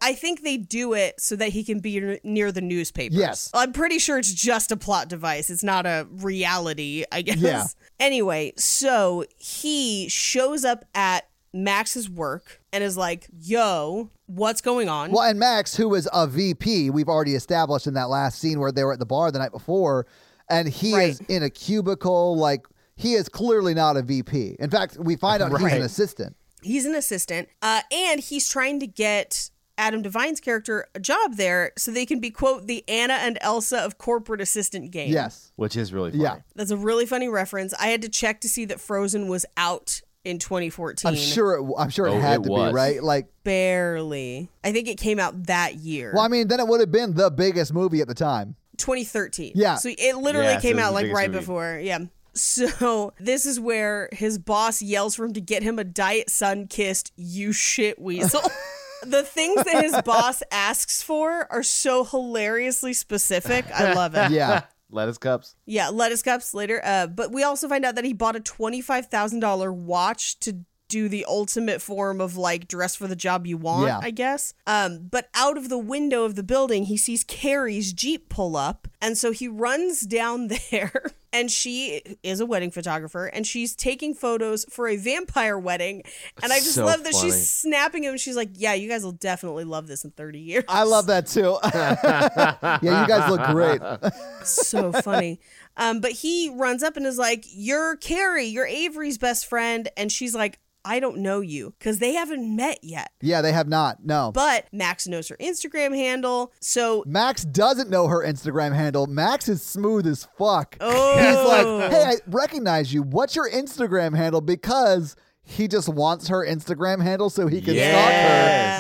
D: I think they do it so that he can be n- near the newspapers.
F: Yes.
D: I'm pretty sure it's just a plot device. It's not a reality, I guess.
F: Yeah.
D: Anyway, so he shows up at Max's work and is like, yo, what's going on?
F: Well, and Max, who is a VP, we've already established in that last scene where they were at the bar the night before, and he
D: Right.
F: is in a cubicle. Like, he is clearly not a VP. In fact, we find out he's an
E: Right.
F: assistant.
D: he's an assistant uh, and he's trying to get adam devine's character a job there so they can be quote the anna and elsa of corporate assistant game
F: Yes.
E: Which is really funny.
F: Yeah.
D: that's a really funny reference i had to check to see that frozen was out in 2014
F: I'm sure it, I'm sure it
E: Oh,
F: had
E: it
F: to
E: was.
F: be, right? Like,
D: barely i think it came out that year
F: well, I mean, then it would have been the biggest movie at the time.
D: 2013
F: Yeah.
D: so it literally
E: Yeah, so
D: came
E: it was
D: out
E: the
D: like
E: biggest
D: right
E: movie.
D: before yeah so this is where his boss yells for him to get him a diet sun kissed you shit weasel the things that his boss asks for are so hilariously specific i love it
F: Yeah.
E: Lettuce cups.
D: yeah lettuce cups later uh, but we also find out that he bought a $25000 watch to do the ultimate form of like dress for the job you want
F: Yeah.
D: i guess um, but out of the window of the building he sees carrie's jeep pull up and so he runs down there and she is a wedding photographer and she's taking photos for a vampire wedding and i just
E: So
D: love that
E: funny.
D: she's snapping him she's like yeah you guys will definitely love this in 30 years
F: I love that too. yeah, you guys look great.
D: so funny. Um, but he runs up and is like, You're Carrie, you're Avery's best friend. And she's like, I don't know you because they haven't met yet.
F: Yeah, they have not. No.
D: But Max knows her Instagram handle. So,
F: Max doesn't know her Instagram handle. Max is smooth as fuck.
D: oh,
F: He's like, hey, I recognize you. What's your Instagram handle? Because he just wants her Instagram handle so he can
E: Yes.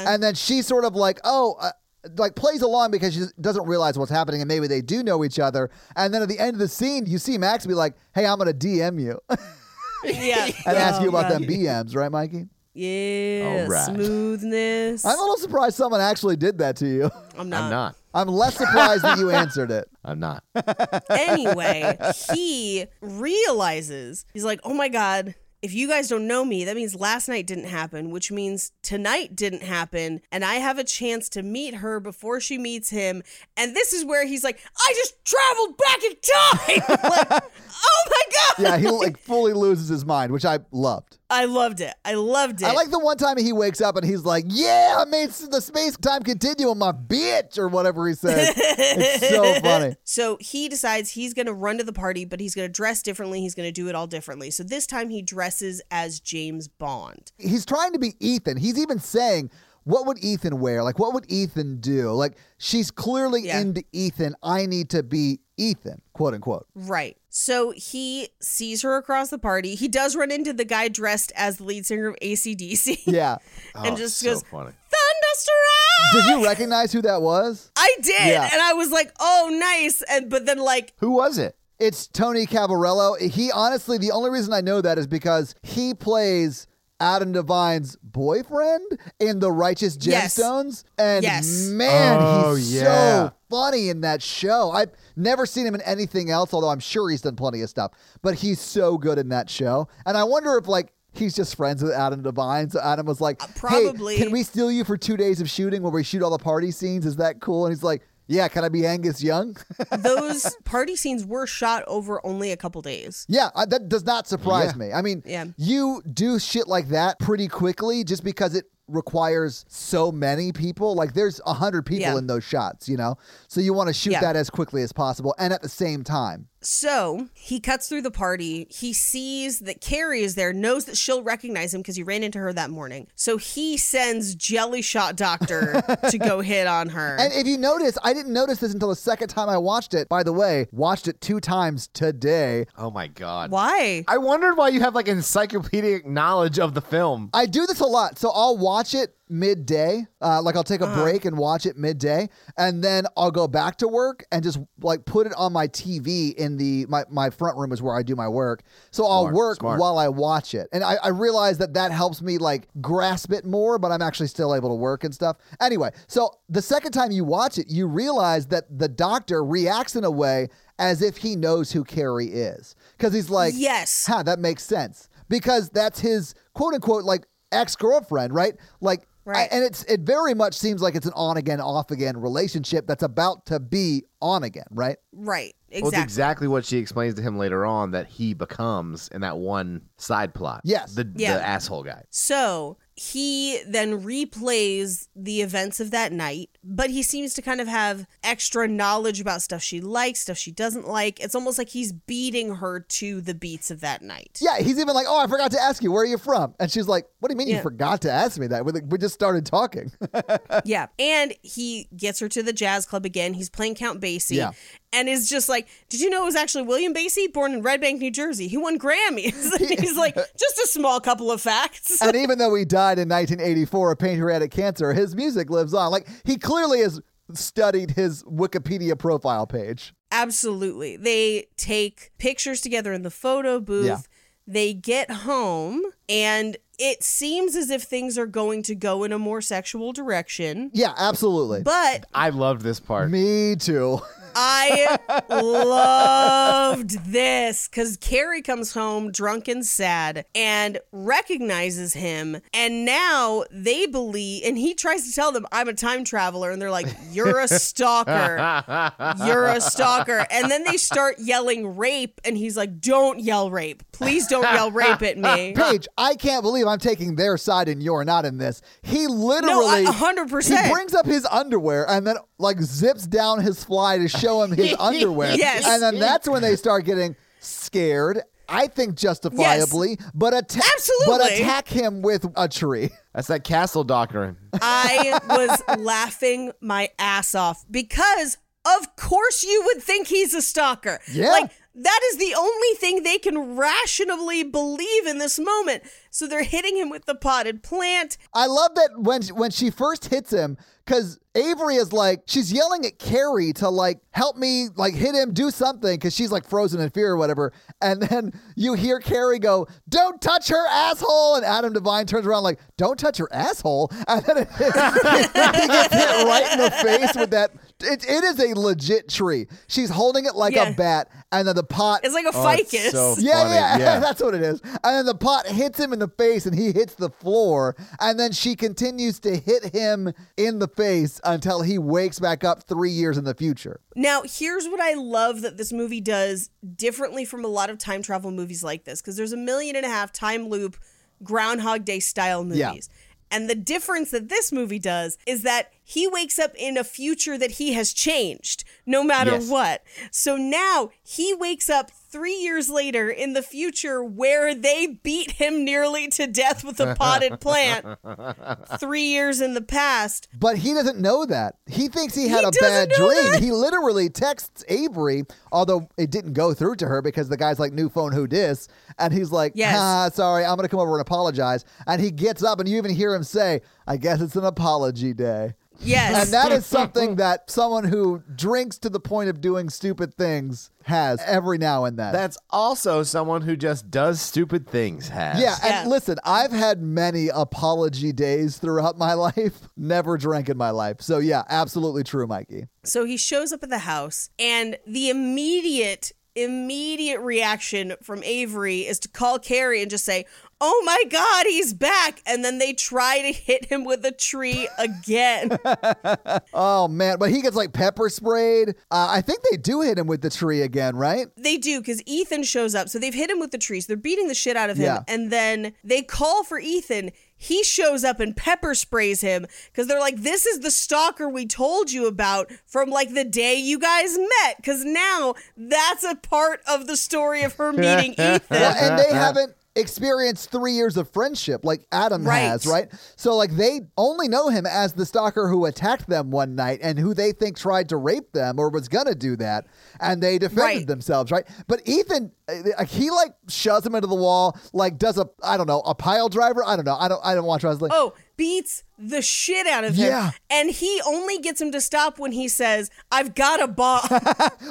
F: stalk her. And then she sort of like, oh, uh, like plays along because she doesn't realize what's happening and maybe they do know each other. And then at the end of the scene, you see Max be like, hey, I'm going to DM you and
D: Oh, yeah.
F: ask you about them BMs, right, Mikey?
D: Yeah.
E: All right.
D: Smoothness.
F: I'm a little surprised someone actually did that to you.
D: I'm
E: I'm not.
F: I'm less surprised that you answered it.
E: I'm not.
D: anyway, he realizes he's like, oh my God, if you guys don't know me, that means last night didn't happen, which means tonight didn't happen. And I have a chance to meet her before she meets him. And this is where he's like, I just traveled back in time. like, oh my my god!
F: Yeah, he like fully loses his mind, which I loved.
D: I loved it. I loved it.
F: I like the one time he wakes up and he's like, "Yeah, I made s- the space time continuum, my bitch," or whatever he says. it's so funny.
D: So he decides he's going to run to the party, but he's going to dress differently. He's going to do it all differently. So this time he dresses as James Bond.
F: He's trying to be Ethan. He's even saying, "What would Ethan wear? Like, what would Ethan do?" Like, she's clearly
D: Yeah.
F: into Ethan. I need to be Ethan, quote unquote.
D: Right. So he sees her across the party. He does run into the guy dressed as the lead singer of ACDC
F: Yeah.
D: and
E: Oh,
D: just
E: so
D: goes,
E: funny.
D: Thunderstruck!
F: Did you recognize who that was?
D: I did.
F: Yeah.
D: And I was like, oh, nice. And But then, like,
E: Who was it?
F: It's Tony Cavarello. He honestly, the only reason I know that is because he plays Adam Devine's boyfriend in The Righteous
D: Yes.
F: Gemstones. And
D: Yes.
F: man,
E: Oh,
F: he's
E: yeah.
F: so funny in that show. I've never seen him in anything else, although I'm sure he's done plenty of stuff. But he's so good in that show. And I wonder if, like, He's just friends with Adam Devine, so Adam was like, "Hey,
D: Uh, probably.
F: can we steal you for two days of shooting where we shoot all the party scenes? Is that cool?" And he's like, "Yeah, can I be Angus Young?"
D: those party scenes were shot over only a couple days.
F: Yeah, I, that does not surprise me. I mean,
D: Yeah.
F: you do shit like that pretty quickly just because it requires so many people. Like there's a hundred people
D: Yeah.
F: in those shots, you know. So you want to shoot
D: Yeah.
F: that as quickly as possible and at the same time.
D: So he cuts through the party. He sees that Carrie is there, knows that she'll recognize him because he ran into her that morning. So he sends Jelly Shot Doctor to go hit on her.
F: And if you notice, I didn't notice this until the second time I watched it. By the way, watched it two times today.
E: Oh my god.
D: Why?
E: I wondered why you have like encyclopedic knowledge of the film.
F: I do this a lot. So I'll watch it midday. Uh, like I'll take a
E: Uh-huh.
F: break and watch it midday, and then I'll go back to work and just like put it on my TV in the my, my front room is where I do my work. So I'll
E: Smart,
F: work
E: smart.
F: while I watch it, and I, I realize that that helps me like grasp it more. But I'm actually still able to work and stuff. Anyway, so the second time you watch it, you realize that the doctor reacts in a way as if he knows who Carrie is, because he's like,
D: Yes.
F: huh, that makes sense because that's his quote unquote like ex girlfriend, right? Like,
D: Right.
F: I- and it's it very much seems like it's an on again, off again relationship that's about to be on again, right?
D: Right.
E: Well, it's
D: Exactly.
E: exactly what she explains to him later on that he becomes in that one side plot.
F: Yes.
E: The,
D: Yeah.
E: the asshole guy.
D: So he then replays the events of that night, but he seems to kind of have extra knowledge about stuff she likes, stuff she doesn't like. It's almost like he's beating her to the beats of that night.
F: Yeah, he's even like, oh, I forgot to ask you, where are you from? And she's like, what do you mean
D: Yeah.
F: you forgot to ask me that? We, we just started talking.
D: Yeah. And he gets her to the jazz club again. He's playing Count Basie
F: Yeah.
D: and is just like, Did you know it was actually William Basie, born in Red Bank, New Jersey? He won Grammys. And he's like, Just a small couple of facts.
F: and even though he died in 1984 of pancreatic cancer, his music lives on. Like he clearly has studied his Wikipedia profile page.
D: Absolutely. They take pictures together in the photo booth.
F: Yeah.
D: They get home and it seems as if things are going to go in a more sexual direction.
F: Yeah, absolutely.
D: But
E: I loved this part.
F: me too.
D: I loved this because Carrie comes home drunk and sad and recognizes him. And now they believe, and he tries to tell them, I'm a time traveler. And they're like, You're a stalker. You're a stalker. And then they start yelling rape. And he's like, Don't yell rape. Please don't yell rape at me.
F: Paige, I can't believe I'm taking their side and you're not in this. He literally,
D: No, I- 100%.
F: He brings up his underwear and then like zips down his fly to show him his underwear.
D: Yes.
F: and then that's when they start getting scared. I think justifiably, but attack, but
D: Absolutely.
F: attack him with a tree.
E: That's that castle doctrine.
D: I was laughing my ass off because, of course, you would think he's a stalker.
F: Yeah.
D: Like, that is the only thing they can rationally believe in this moment. So they're hitting him with the potted plant.
F: I love that when when she first hits him, because Avery is like she's yelling at Carrie to like help me, like hit him, do something, because she's like frozen in fear or whatever. And then you hear Carrie go, "Don't touch her asshole," and Adam Devine turns around like, "Don't touch her asshole," and then it, he gets hit right in the face with that It, it is a legit tree. She's holding it like
D: Yeah.
F: a bat, and then the pot.
D: It's like a
E: Oh, it's
D: ficus.
E: so
F: yeah,
E: funny.
F: yeah,
E: yeah.
F: that's what it is. And then the pot hits him in the face, and he hits the floor. And then she continues to hit him in the face until he wakes back up three years in the future.
D: Now, here's what I love that this movie does differently from a lot of time travel movies like this, because there's a million and a half time loop Groundhog Day style movies.
F: Yeah.
D: And the difference that this movie does is that he wakes up in a future that he has changed, no matter
E: Yes.
D: what. So now he wakes up three years later in the future where they beat him nearly to death with a potted plant. three years in the past.
F: But he doesn't know that. He thinks he had
D: He
F: a
D: doesn't
F: bad
D: know
F: dream.
D: that?
F: He literally texts Avery, although it didn't go through to her because the guy's like, new phone, who dis? And he's like,
D: Yes.
F: ah, sorry, I'm going to come over and apologize. And he gets up, and you even hear him say, I guess it's an apology day.
D: Yes.
F: And that is something that someone who drinks to the point of doing stupid things has every now and then.
E: That's also someone who just does stupid things has.
F: yeah,
D: Yeah.
F: and listen, I've had many apology days throughout my life. Never drank in my life. So, yeah, absolutely true, Mikey.
D: So he shows up at the house, and the immediate, immediate reaction from Avery is to call Carrie and just say, Oh my God, he's back. And then they try to hit him with a tree again.
F: Oh man, but he gets like pepper sprayed. Uh, I think they do hit him with the tree again, right?
D: they do, because Ethan shows up. So they've hit him with the trees. They're beating the shit out of him.
F: Yeah.
D: And then they call for Ethan. He shows up and pepper sprays him because they're like, This is the stalker we told you about from like the day you guys met. Because now that's a part of the story of her meeting Ethan.
F: Well, and they haven't experienced three years of friendship like Adam
D: Right.
F: has, right? So like they only know him as the stalker who attacked them one night and who they think tried to rape them or was gonna do that, and they defended
D: Right.
F: themselves, right? But Ethan, uh, like he like shoves him into the wall, like does a I don't know a pile driver. I don't know. I don't. I don't watch wrestling.
D: Oh, beats the shit out of him.
F: Yeah.
D: And he only gets him to stop when he says, I've got a bomb.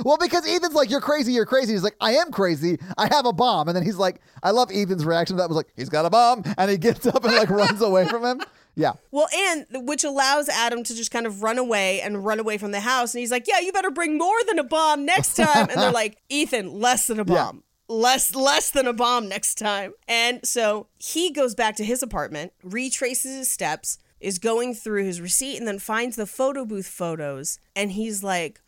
F: Well, because Ethan's like, "You're crazy, you're crazy." He's like, "I am crazy. I have a bomb." And then he's like, "I love Ethan's reaction." to That was like, "He's got a bomb," and he gets up and like runs away from him. Yeah,
D: well, and which allows Adam to just kind of run away and run away from the house. And he's like, Yeah, you better bring more than a bomb next time. And they're like, Ethan, less than a bomb. Less less than a bomb next time. And so he goes back to his apartment, retraces his steps, is going through his receipt, and then finds the photo booth photos. And he's like,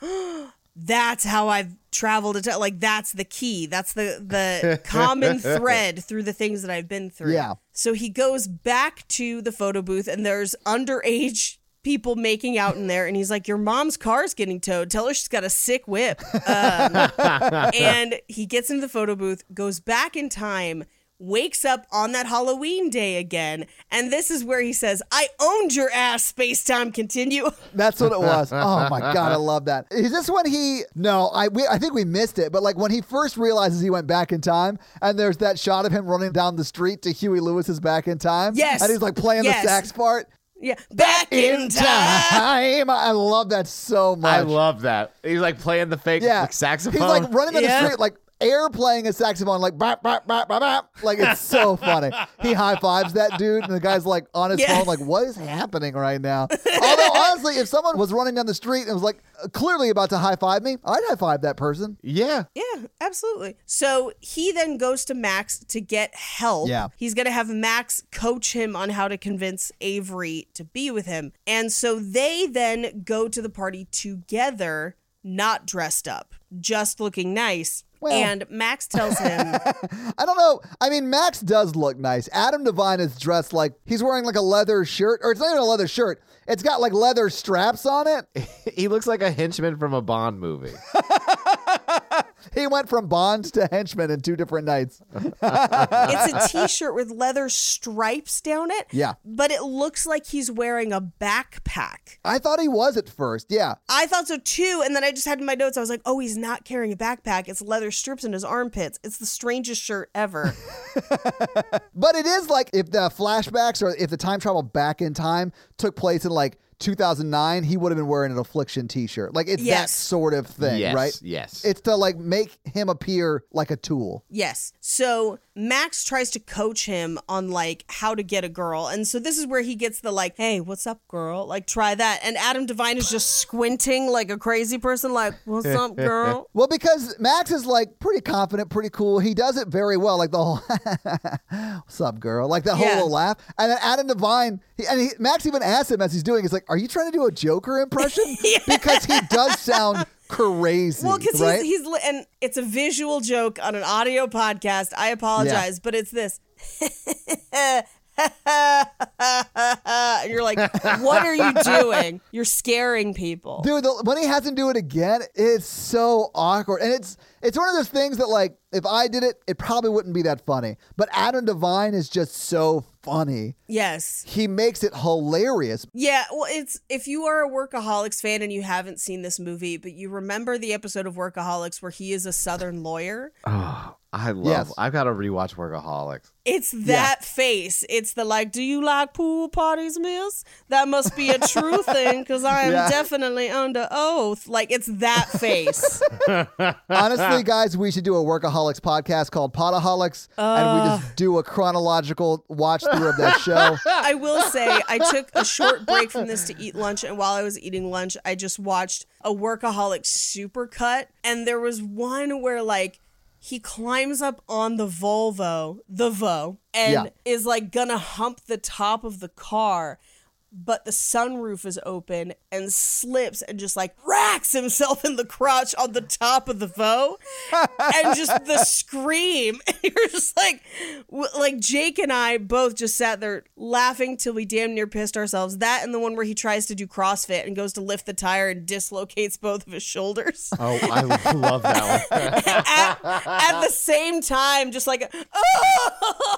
D: that's how I've traveled. It like that's the key. That's the the common thread through the things that I've been through.
F: Yeah.
D: So he goes back to the photo booth, and there's underage people making out in there, and he's like, "Your mom's car's getting towed. Tell her she's got a sick whip." Um, and he gets into the photo booth, goes back in time. Wakes up on that Halloween day again, and this is where he says, "I owned your ass, space time continuum."
F: that's what it was. oh my god, I love that. Is this when he? No, I we, I think we missed it. But like when he first realizes he went back in time, and there's that shot of him running down the street to Huey Lewis's "Back in Time."
D: Yes.
F: and he's like playing
D: Yes.
F: the sax part.
D: Yeah, back in time.
F: time. I love that so much.
E: I love that. He's like playing the fake
F: Yeah,
E: like, saxophone.
F: He's like running down
D: Yeah.
F: the street, like air playing a saxophone, like bop, bop, bop, bop, bop. Like it's so funny. He high fives that dude, and the guy's like on his
D: Yeah.
F: phone, like what is happening right now? Although honestly, if someone was running down the street and was like clearly about to high five me, I'd high five that person.
E: yeah.
D: Yeah, absolutely. So he then goes to Max to get help.
F: Yeah.
D: He's going to have Max coach him on how to convince Avery to be with him. And so they then go to the party together, not dressed up, just looking nice.
F: Well-
D: and Max tells him,
F: I don't know. I mean, Max does look nice. Adam Devine is dressed like he's wearing like a leather shirt, or it's not even a leather shirt. It's got like leather straps on it.
E: He looks like a henchman from a Bond movie.
F: He went from Bond to henchman in two different nights.
D: it's a t shirt with leather stripes down it.
F: Yeah.
D: But it looks like he's wearing a backpack.
F: I thought he was at first. Yeah.
D: I thought so too. And then I just had in my notes, I was like, oh, he's not carrying a backpack. It's leather strips in his armpits. It's the strangest shirt ever.
F: But it is like if the flashbacks or if the time travel back in time took place in like 2009, he would have been wearing an affliction T-shirt. Like it's that
D: Yes.
F: sort of thing,
E: Yes,
F: right?
E: yes.
F: It's to like make him appear like a tool.
D: Yes. So Max tries to coach him on like how to get a girl. And so this is where he gets the like, hey, what's up, girl? Like, try that. And Adam Devine is just squinting like a crazy person, like, what's up, girl?
F: Well, because Max is like pretty confident, pretty cool. He does it very well, like the whole "What's up, girl?" like that whole
D: Yeah.
F: little laugh. And then Adam Devine, he, and he, Max even asks him as he's doing, he's like, "Are you trying to do a Joker impression?" Because he does sound crazy,
D: Well, because
F: right?
D: he's, he's li- and it's a visual joke on an audio podcast. I apologize, but it's this. and you're like, what are you doing? You're scaring people.
F: Dude, the, when he has him do it again, it's so awkward, and it's it's one of those things that like if I did it, it probably wouldn't be that funny. But Adam Devine is just so funny;
D: Yes.
F: he makes it hilarious.
D: Yeah, well, it's if you are a Workaholics fan and you haven't seen this movie, but you remember the episode of Workaholics where he is a Southern lawyer.
E: Oh, I love.
F: Yes.
E: I've got to rewatch Workaholics.
D: It's that face. It's the like, do you like pool parties, miss? That must be a true thing because I am
F: Yeah.
D: definitely under oath. Like, it's that face.
F: Honestly, guys, we should do a workaholics podcast called Potaholics, and we just do a chronological watch through of that show.
D: I will say, I took a short break from this to eat lunch, and while I was eating lunch, I just watched a workaholic supercut, and there was one where like he climbs up on the Volvo, the Vo, and
F: Yeah.
D: is like gonna hump the top of the car. But the sunroof is open and slips and just like racks himself in the crotch on the top of the Vo and just the scream. And you're just like, w- like Jake and I both just sat there laughing till we damn near pissed ourselves. That and the one where he tries to do CrossFit and goes to lift the tire and dislocates both of his shoulders
E: Oh, I love that one.
D: at, at the same time, just like, oh!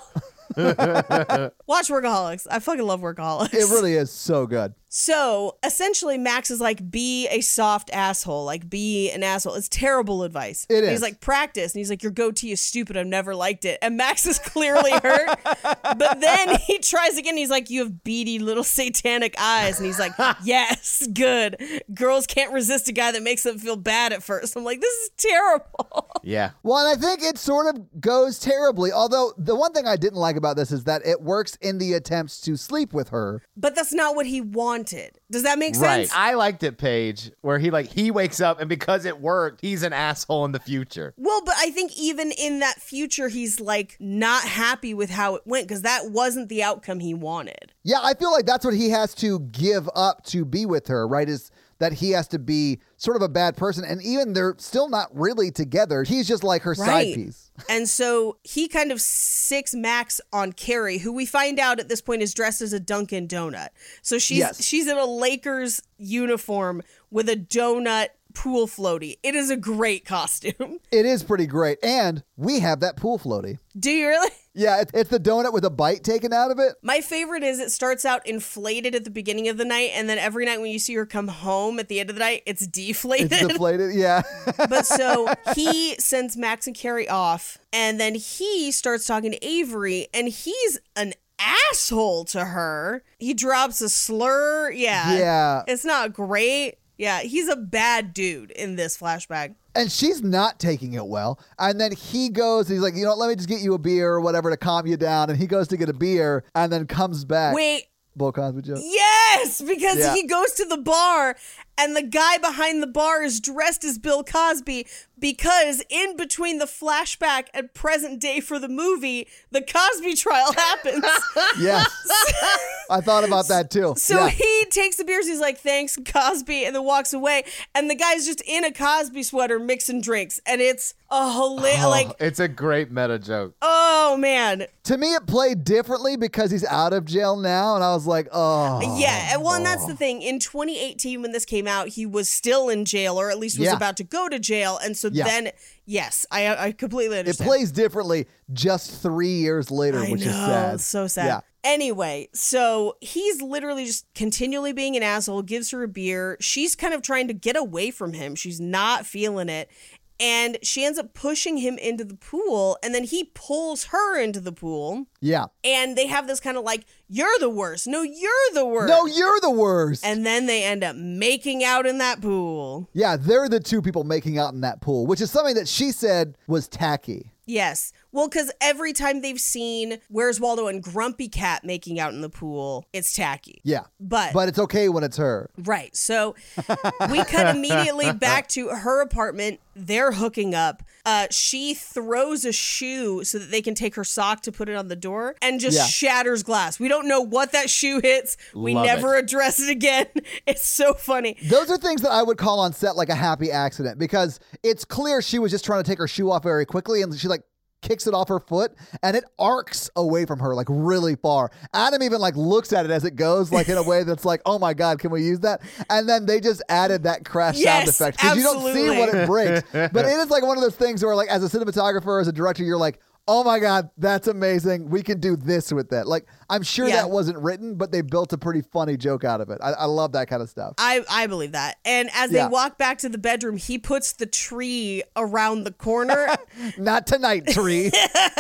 D: Watch Workaholics. I fucking love Workaholics.
F: It really is so good.
D: So essentially, Max is like, be a soft asshole. Like, be an asshole. It's terrible advice.
F: It
D: And
F: is.
D: He's like, practice. And he's like, your goatee is stupid. I've never liked it. And Max is clearly hurt. but then he tries again. He's like, you have beady little satanic eyes. And he's like, yes, good. Girls can't resist a guy that makes them feel bad at first. I'm like, this is terrible.
E: Yeah.
F: Well, and I think it sort of goes terribly. Although the one thing I didn't like about this is that it works in the attempts to sleep with her.
D: But that's not what he wanted. Does that make
E: Right.
D: sense?
E: I liked it, Paige, where he like he wakes up and because it worked, he's an asshole in the future.
D: Well, but I think even in that future, he's like not happy with how it went because that wasn't the outcome he wanted.
F: Yeah, I feel like that's what he has to give up to be with her, right? Is that he has to be sort of a bad person. And even they're still not really together. He's just like her side
D: Right.
F: piece.
D: And so he kind of six max on Carrie, who we find out at this point is dressed as a Dunkin' Donut. So she's
F: Yes.
D: she's in a Lakers uniform with a donut pool floaty. It is a great costume.
F: It is pretty great. And we have that pool floaty.
D: Do you really?
F: Yeah, it, it's the donut with a bite taken out of it.
D: My favorite is it starts out inflated at the beginning of the night, and then every night when you see her come home at the end of the night, it's deflated.
F: It's deflated. Yeah.
D: But so he sends Max and Carrie off, and then he starts talking to Avery, and he's an asshole to her. He drops a slur. Yeah.
F: Yeah.
D: It's not great. Yeah. He's a bad dude in this flashback.
F: and she's not taking it well. And then he goes, he's like, you know what, let me just get you a beer or whatever to calm you down. And he goes to get a beer and then comes back.
D: Wait.
F: Bill Cosby joke.
D: Yes, because
F: Uh, Yeah.
D: he goes to the bar and the guy behind the bar is dressed as Bill Cosby because in between the flashback and present day for the movie, the Cosby trial happens.
F: Yes. I thought about that too.
D: So
F: yeah.
D: he takes the beers. He's like, "Thanks, Cosby," and then walks away. And the guy's just in a Cosby sweater mixing drinks, and it's a
F: Oh.
D: hilarious. like,
E: It's a great meta joke.
D: oh man,
F: to me, it played differently because he's out of jail now. And I was like, oh.
D: yeah. And well, and that's the thing. In 2018, when this came out, he was still in jail, or at least was
F: Yeah.
D: about to go to jail. And so
F: Yeah.
D: then, yes, I I completely
F: It
D: understand.
F: plays differently just three years later,
D: I
F: which
D: know,
F: is sad.
D: it's So sad.
F: Yeah.
D: Anyway, so he's literally just continually being an asshole, gives her a beer. She's kind of trying to get away from him. She's not feeling it. and she ends up pushing him into the pool and then he pulls her into the pool
F: Yeah.
D: and they have this kind of like you're the worst no you're the worst
F: No, you're the worst.
D: and then they end up making out in that pool
F: yeah, they're the two people making out in that pool, which is something that she said was tacky.
D: yes well because every time they've seen where's waldo and grumpy cat making out in the pool it's tacky
F: Yeah.
D: but
F: But it's okay when it's her.
D: Right. So we cut immediately back to her apartment. They're hooking up. Uh, she throws a shoe so that they can take her sock to put it on the door and just
F: Yeah.
D: shatters glass. We don't know what that shoe hits. We
E: Love
D: never address it again. It's so funny.
F: Those are things that I would call on set like a happy accident because it's clear she was just trying to take her shoe off very quickly and she like kicks it off her foot and it arcs away from her like really far. Adam even like looks at it as it goes like in a way that's like, "Oh my god, can we use that?" And then they just added that crash sound
D: Yes,
F: effect cuz you don't see
D: absolutely.
F: what it breaks. but it is like one of those things where like as a cinematographer as a director you're like, "Oh my god, that's amazing. We can do this with that." Like I'm sure
D: Yeah.
F: that wasn't written, but they built a pretty funny joke out of it. I, I love that kind of stuff.
D: I, I believe that. And as
F: Yeah.
D: they walk back to the bedroom, he puts the tree around the corner.
F: Not tonight, tree.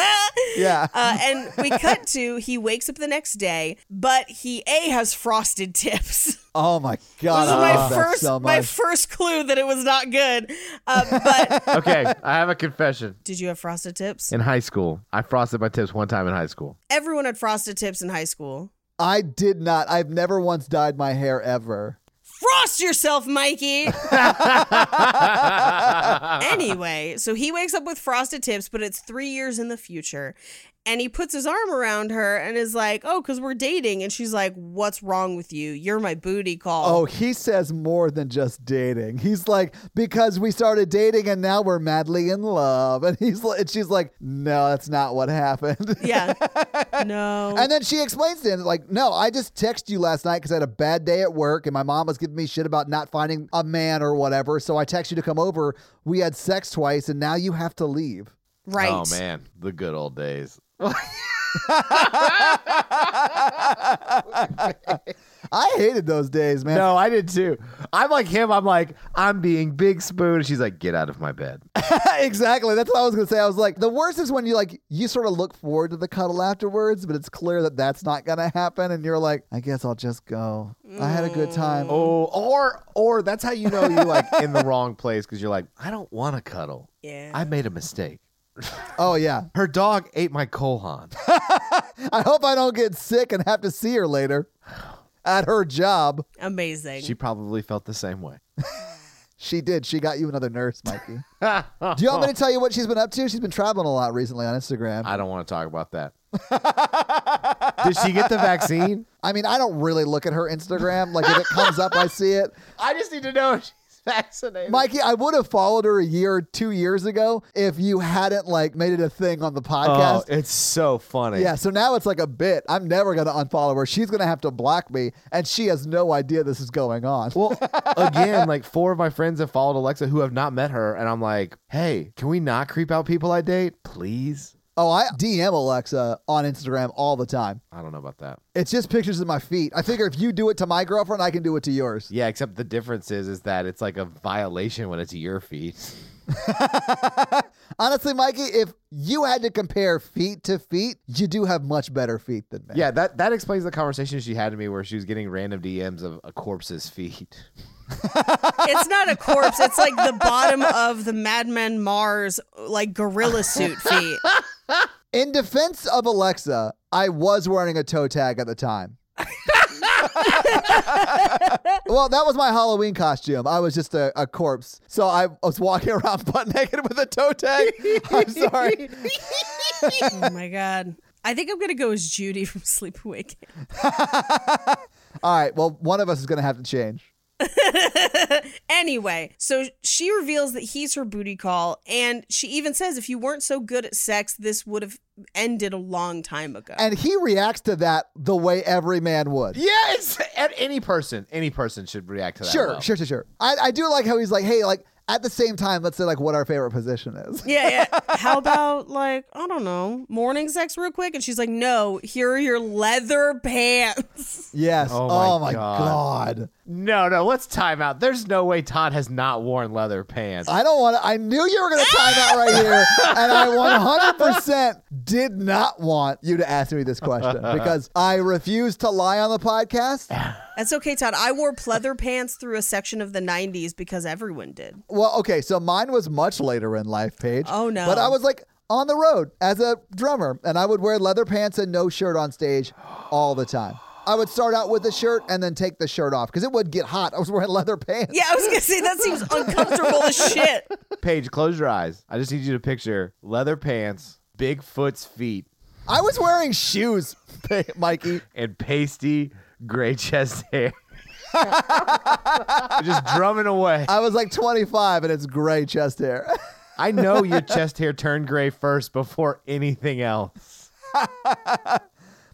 F: yeah.
D: Uh, and we cut to he wakes up the next day, but he A has frosted tips.
F: oh my god.
D: This is
F: I
D: my
F: love that
D: first
F: Ah, so
D: my
F: much.
D: first clue that it was not good. Uh, but
E: Okay, I have a confession.
D: did you have frosted tips?
E: In high school, I frosted my tips one time in high school.
D: Everyone had frosted tips in high school.
F: I did not. I've never once dyed my hair ever.
D: Frost yourself, Mikey. anyway, so he wakes up with frosted tips, but it's three years in the future. And he puts his arm around her and is like, Oh, because we're dating. And she's like, What's wrong with you? You're my booty call.
F: Oh, he says more than just dating. He's like, because we started dating and now we're madly in love. And he's like, and she's like, no, that's not what happened.
D: Yeah. no.
F: And then she explains to him, like, no, I just texted you last night because I had a bad day at work and my mom was giving me shit about not finding a man or whatever. So I texted you to come over. We had sex twice and now you have to leave.
D: right.
E: Oh man, the good old days.
F: I hated those days, man.
E: No, I did too. I'm like him. I'm like I'm being big spoon. She's like, get out of my bed.
F: exactly. That's what I was gonna say. I was like, the worst is when you like you sort of look forward to the cuddle afterwards, but it's clear that that's not gonna happen, and you're like, I guess I'll just go. I had a good time.
E: Oh, or or that's how you know you're like in the wrong place because you're like, I don't want to cuddle.
D: Yeah.
E: I made a mistake.
F: Oh yeah.
E: Her dog ate my kohan.
F: I hope I don't get sick and have to see her later at her job.
D: Amazing.
E: she probably felt the same way.
F: She did. She got you another nurse, Mikey. Do you want me to tell you what she's been up to? She's been traveling a lot recently on Instagram.
E: I don't want to talk about that. did she get the vaccine?
F: I mean, I don't really look at her Instagram. Like if it comes up, I see it.
E: I just need to know if she's vaccinated.
F: Mikey, I would have followed her a year, two years ago if you hadn't like made it a thing on the
E: oh,
F: podcast.
E: it's so funny.
F: yeah, so now it's like a bit. I'm never gonna unfollow her. She's gonna have to block me, and she has no idea this is going on.
E: Well, again, like four of my friends have followed Alexa who have not met her, and I'm like, hey, can we not creep out people I date, please?
F: Oh, I DM Alexa on Instagram all the time.
E: I don't know about that.
F: It's just pictures of my feet. I figure if you do it to my girlfriend, I can do it to yours.
E: Yeah, except the difference is is that it's like a violation when it's your feet.
F: Honestly, Mikey, if you had to compare feet to feet, you do have much better feet than me.
E: Yeah, that that explains the conversation she had to me where she was getting random DMs of a corpse's feet.
D: it's not a corpse. It's like the bottom of the Mad Men Mars like gorilla suit feet.
F: In defense of Alexa, I was wearing a toe tag at the time. well, that was my Halloween costume. I was just a, a corpse. So I was walking around butt naked with a toe tag. I'm sorry.
D: Oh my god. I think I'm gonna go as Judy from Sleepaway Camp.
F: All right. Well, one of us is going to have to change.
D: Anyway, so she reveals that he's her booty call, and she even says, "If you weren't so good at sex, this would have ended a long time ago."
F: And he reacts to that the way every man would.
E: Yeah, it's and any person, any person should react to that.
F: Sure,
E: well.
F: sure, sure, sure. I, I do like how he's like, hey, like, at the same time, let's say like what our favorite position is.
D: Yeah, yeah. How about like I don't know, morning sex real quick? And she's like, "No, here are your leather pants."
F: Yes.
E: Oh
F: Oh
E: my
F: my,
E: God.
F: god.
E: No, no, let's time out. There's no way Todd has not worn leather pants.
F: I don't want to. I knew you were going to time out right here, and I 100% did not want you to ask me this question because I refuse to lie on the podcast.
D: That's okay, Todd. I wore pleather pants through a section of the '90s because everyone did.
F: Well, okay, so mine was much later in life, Paige.
D: Oh, no.
F: But I was like on the road as a drummer, and I would wear leather pants and no shirt on stage all the time. I would start out with a shirt and then take the shirt off because it would get hot. I was wearing leather pants.
D: Yeah, I was gonna say that seems uncomfortable as shit.
E: Paige, close your eyes. I just need you to picture leather pants, Bigfoot's feet,
F: I was wearing shoes, Mikey.
E: and pasty gray chest hair. just drumming away.
F: I was like 25 and it's gray chest hair.
E: I know your chest hair turned gray first before anything else.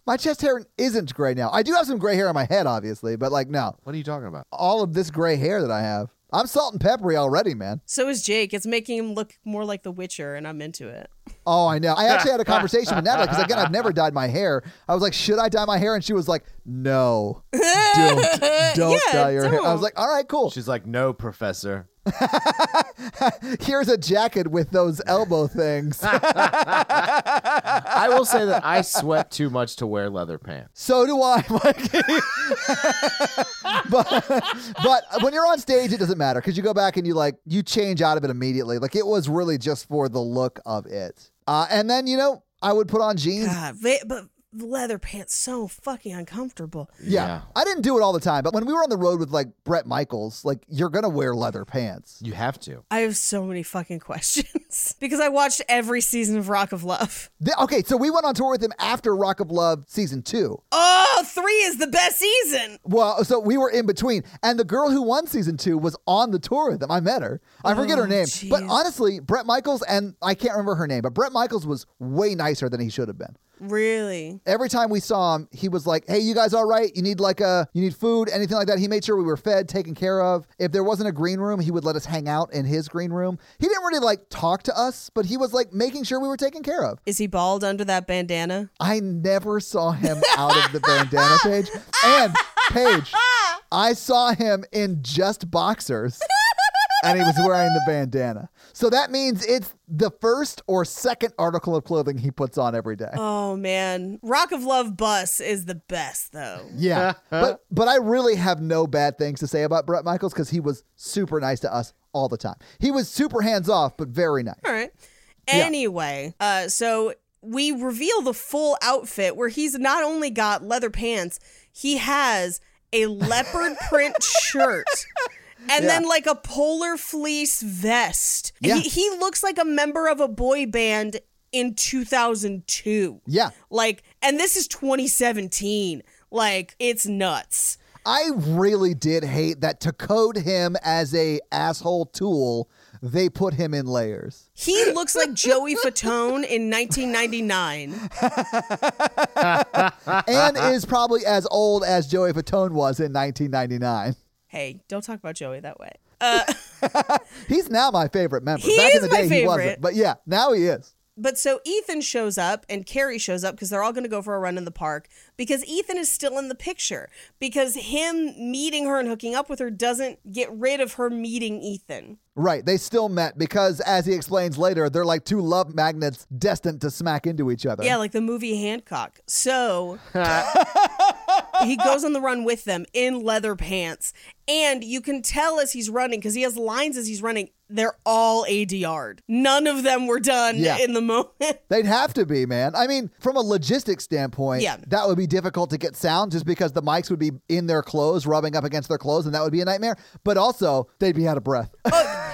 F: My chest hair isn't gray now. I do have some gray hair on my head, obviously, but like, no.
E: What are you talking about?
F: All of this gray hair that I have, I'm salt and peppery already, man.
D: So is Jake. It's making him look more like The Witcher, and I'm into it.
F: Oh, I know. I actually had a conversation with Natalie because, again, I've never dyed my hair. I was like, should I dye my hair? And she was like, no, don't, don't
D: Yeah,
F: dye your hair. I
D: don't.
F: was like, all right, cool.
E: She's like, no, professor.
F: Here's a jacket with those elbow things.
E: I will say that I sweat too much to wear leather pants.
F: so do I, Mikey. but, but when you're on stage, it doesn't matter because you go back and you like you change out of it immediately. Like it was really just for the look of it. Uh, and then you know I would put on jeans.
D: God, va- but leather pants so fucking uncomfortable.
F: Yeah.
E: Yeah.
F: I didn't do it all the time, but when we were on the road with like Brett Michaels, like you're gonna wear leather pants.
E: You have to.
D: I have so many fucking questions because I watched every season of Rock of Love.
F: Th- okay, so we went on tour with him after Rock of Love season two.
D: Oh, three is the best season.
F: Well, so we were in between, and the girl who won season two was on the tour with him. I met her. I forget her name, but honestly, Brett Michaels and I can't remember her name, but Brett Michaels was way nicer than he should have been.
D: Really?
F: every time we saw him, he was like, "Hey, you guys, all right? You need like a, you need food, anything like that." He made sure we were fed, taken care of. If there wasn't a green room, he would let us hang out in his green room. He didn't really like talk to us, but he was like making sure we were taken care of.
D: Is he bald under that bandana?
F: I never saw him out of the bandana page and page. I saw him in just boxers. And he was wearing the bandana. So that means it's the first or second article of clothing he puts on every day.
D: Oh man, Rock of Love bus is the best though.
F: Yeah. but but I really have no bad things to say about Brett Michaels because he was super nice to us all the time. He was super hands off, but very nice.
D: All right. Anyway, uh, so we reveal the full outfit where he's not only got leather pants, he has a leopard print shirt. And then, like a polar fleece vest.
F: Yeah.
D: He, he looks like a member of a boy band in 2002.
F: Yeah.
D: Like, and this is 2017. Like, it's nuts.
F: I really did hate that to code him as a asshole tool, they put him in layers.
D: He looks like Joey Fatone in 1999.
F: And is probably as old as Joey Fatone was in 1999.
D: Hey, don't talk about Joey that way.
F: He's now my favorite member.
D: He
F: Back
D: is
F: in the
D: my
F: day, he wasn't.
D: favorite.
F: But yeah, now he is.
D: But so Ethan shows up and Carrie shows up because they're all going to go for a run in the park because Ethan is still in the picture because him meeting her and hooking up with her doesn't get rid of her meeting Ethan.
F: Right. They still met because, as he explains later, they're like two love magnets destined to smack into each other.
D: Yeah, like the movie Hancock. So he goes on the run with them in leather pants. And you can tell as he's running because he has lines as he's running. They're all ADR'd. None of them were done
F: Yeah.
D: in the moment.
F: They'd have to be, man. I mean, from a logistics standpoint,
D: Yeah.
F: that would be difficult to get sound just because the mics would be in their clothes, rubbing up against their clothes, and that would be a nightmare. But also, they'd be out of breath.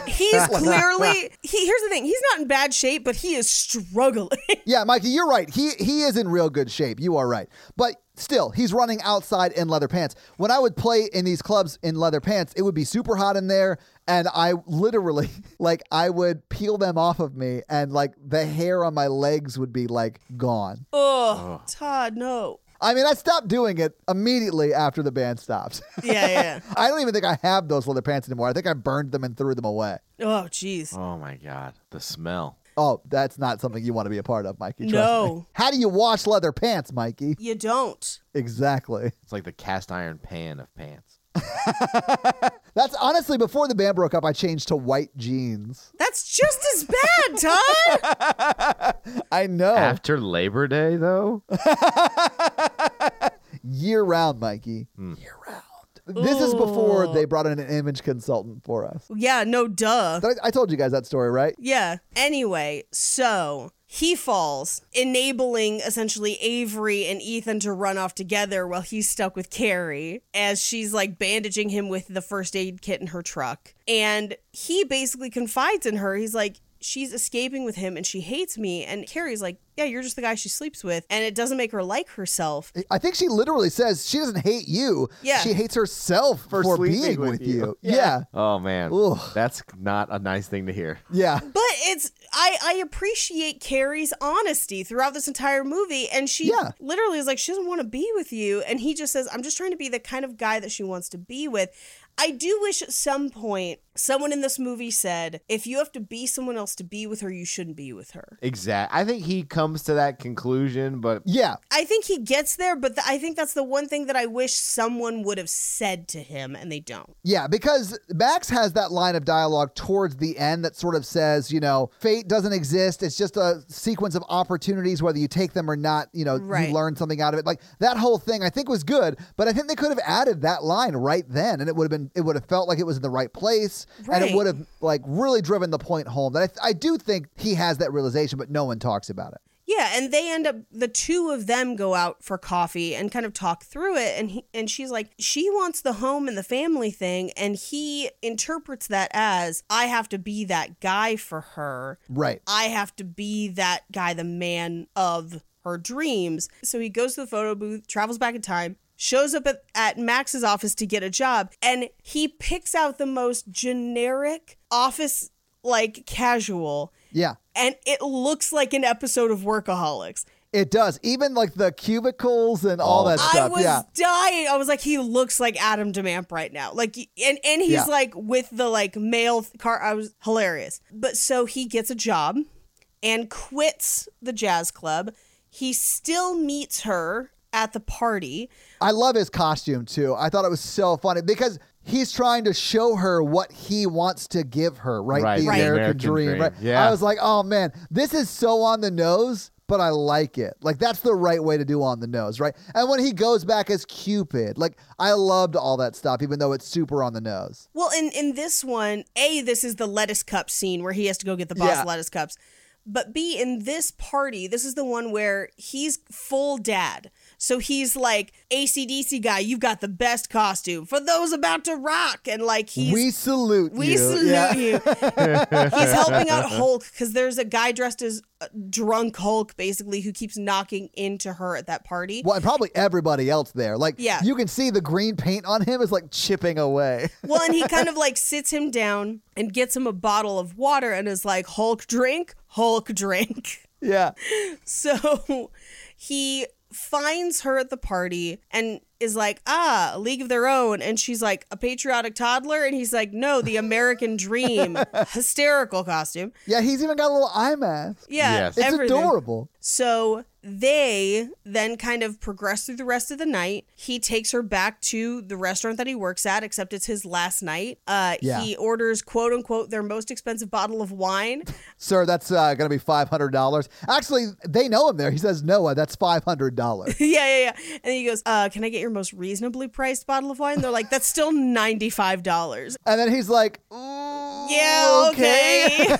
D: He's clearly he here's the thing, he's not in bad shape, but he is struggling.
F: yeah, Mikey, you're right. He he is in real good shape. You are right. But still, he's running outside in leather pants. When I would play in these clubs in leather pants, it would be super hot in there. And I literally, like, I would peel them off of me, and like the hair on my legs would be like gone.
D: Oh, Todd, no.
F: I mean, I stopped doing it immediately after the band stops.
D: Yeah, yeah.
F: I don't even think I have those leather pants anymore. I think I burned them and threw them away.
D: Oh, jeez.
E: Oh my god, the smell.
F: Oh, that's not something you want to be a part of, Mikey. Trust
D: No.
F: me. How do you wash leather pants, Mikey?
D: You don't.
F: Exactly.
E: It's like the cast iron pan of pants.
F: That's honestly before the band broke up, I changed to white jeans.
D: That's just as bad, Todd.
F: I know.
E: After Labor Day, though,
F: Year round, Mikey. Year round. This is before they brought in an image consultant for us.
D: yeah, no duh.
F: Did I, I told you guys that story, right?
D: Yeah. Anyway, so he falls, enabling essentially Avery and Ethan to run off together while he's stuck with Carrie as she's like bandaging him with the first aid kit in her truck. And he basically confides in her. He's like, She's escaping with him and she hates me. And Carrie's like, Yeah, you're just the guy she sleeps with. And it doesn't make her like herself.
F: I think she literally says she doesn't hate you.
D: Yeah.
F: She hates herself for,
E: sleeping
F: being
E: with
F: with
E: you.
F: you. Yeah.
E: oh man,
F: Ugh.
E: that's not a nice thing to hear.
F: Yeah.
D: But it's I I appreciate Carrie's honesty throughout this entire movie, and she
F: Yeah.
D: literally is like she doesn't want to be with you, and he just says I'm just trying to be the kind of guy that she wants to be with. I do wish at some point someone in this movie said if you have to be someone else to be with her, you shouldn't be with her.
E: Exact. I think he comes to that conclusion, but
F: Yeah.
D: I think he gets there, but th- I think that's the one thing that I wish someone would have said to him, and they don't.
F: Yeah, because Max has that line of dialogue towards the end that sort of says, you know, fate doesn't exist. It's just a sequence of opportunities, whether you take them or not, you know,
D: Right.
F: you learn something out of it. Like that whole thing I think was good, but I think they could have added that line right then and it would have been, it would have felt like it was in the right place and
D: Right.
F: it would have like really driven the point home that I, I do think he has that realization, but no one talks about it.
D: Yeah, and they end up the two of them go out for coffee and kind of talk through it and he, and she's like she wants the home and the family thing and he interprets that as I have to be that guy for her.
F: Right.
D: I have to be that guy, the man of her dreams. So he goes to the photo booth, travels back in time, shows up at, at Max's office to get a job, and he picks out the most generic office like casual
F: Yeah.
D: and it looks like an episode of Workaholics.
F: It does. Even like the cubicles and all
E: Oh.
F: that stuff.
D: I was
F: yeah.
D: dying. I was like, he looks like Adam DeMamp right now. Like, and and he's
F: Yeah.
D: like with the like male th- car. I was hilarious. But so he gets a job and quits the jazz club. He still meets her at the party.
F: I love his costume too. I thought it was so funny because he's trying to show her what he wants to give her, right?
E: Right,
F: The
E: Right.
F: American,
E: American
F: dream.
E: dream.
F: Right?
E: Yeah.
F: I was like, oh man, this is so on the nose, but I like it. Like that's the right way to do on the nose, right? And when he goes back as Cupid, like I loved all that stuff, even though it's super on the nose.
D: Well, in in this one, a this is the lettuce cup scene where he has to go get the boss
F: Yeah.
D: lettuce cups. But B in this party, this is the one where he's full dad. So he's like ACDC guy. You've got the best costume for those about to rock, and like he's
F: we salute
D: we
F: you.
D: salute
F: Yeah.
D: you. He's helping out Hulk because there's a guy dressed as uh, drunk Hulk, basically, who keeps knocking into her at that party.
F: Well, and probably everybody else there. Like,
D: Yeah.
F: you can see the green paint on him is like chipping away.
D: Well, and he kind of like sits him down and gets him a bottle of water and is like, Hulk drink, Hulk drink.
F: yeah.
D: So he finds her at the party and is like, ah, a league of their own. And she's like, a patriotic toddler. And he's like, no, the American dream, hysterical costume.
F: Yeah, he's even got a little eye mask.
D: Yeah.
E: Yes.
F: It's
D: everything.
F: adorable.
D: So they then kind of progress through the rest of the night. He takes her back to the restaurant that he works at, except it's his last night. Uh,
F: Yeah.
D: He orders, quote unquote, their most expensive bottle of wine.
F: sir, that's uh, going to be $500. Actually, they know him there. He says, Noah, that's $500.
D: yeah, yeah, yeah. And he goes, uh, Can I get your most reasonably priced bottle of wine? They're like, That's still $95.
F: and then he's like, "Ooh,
D: Yeah, okay.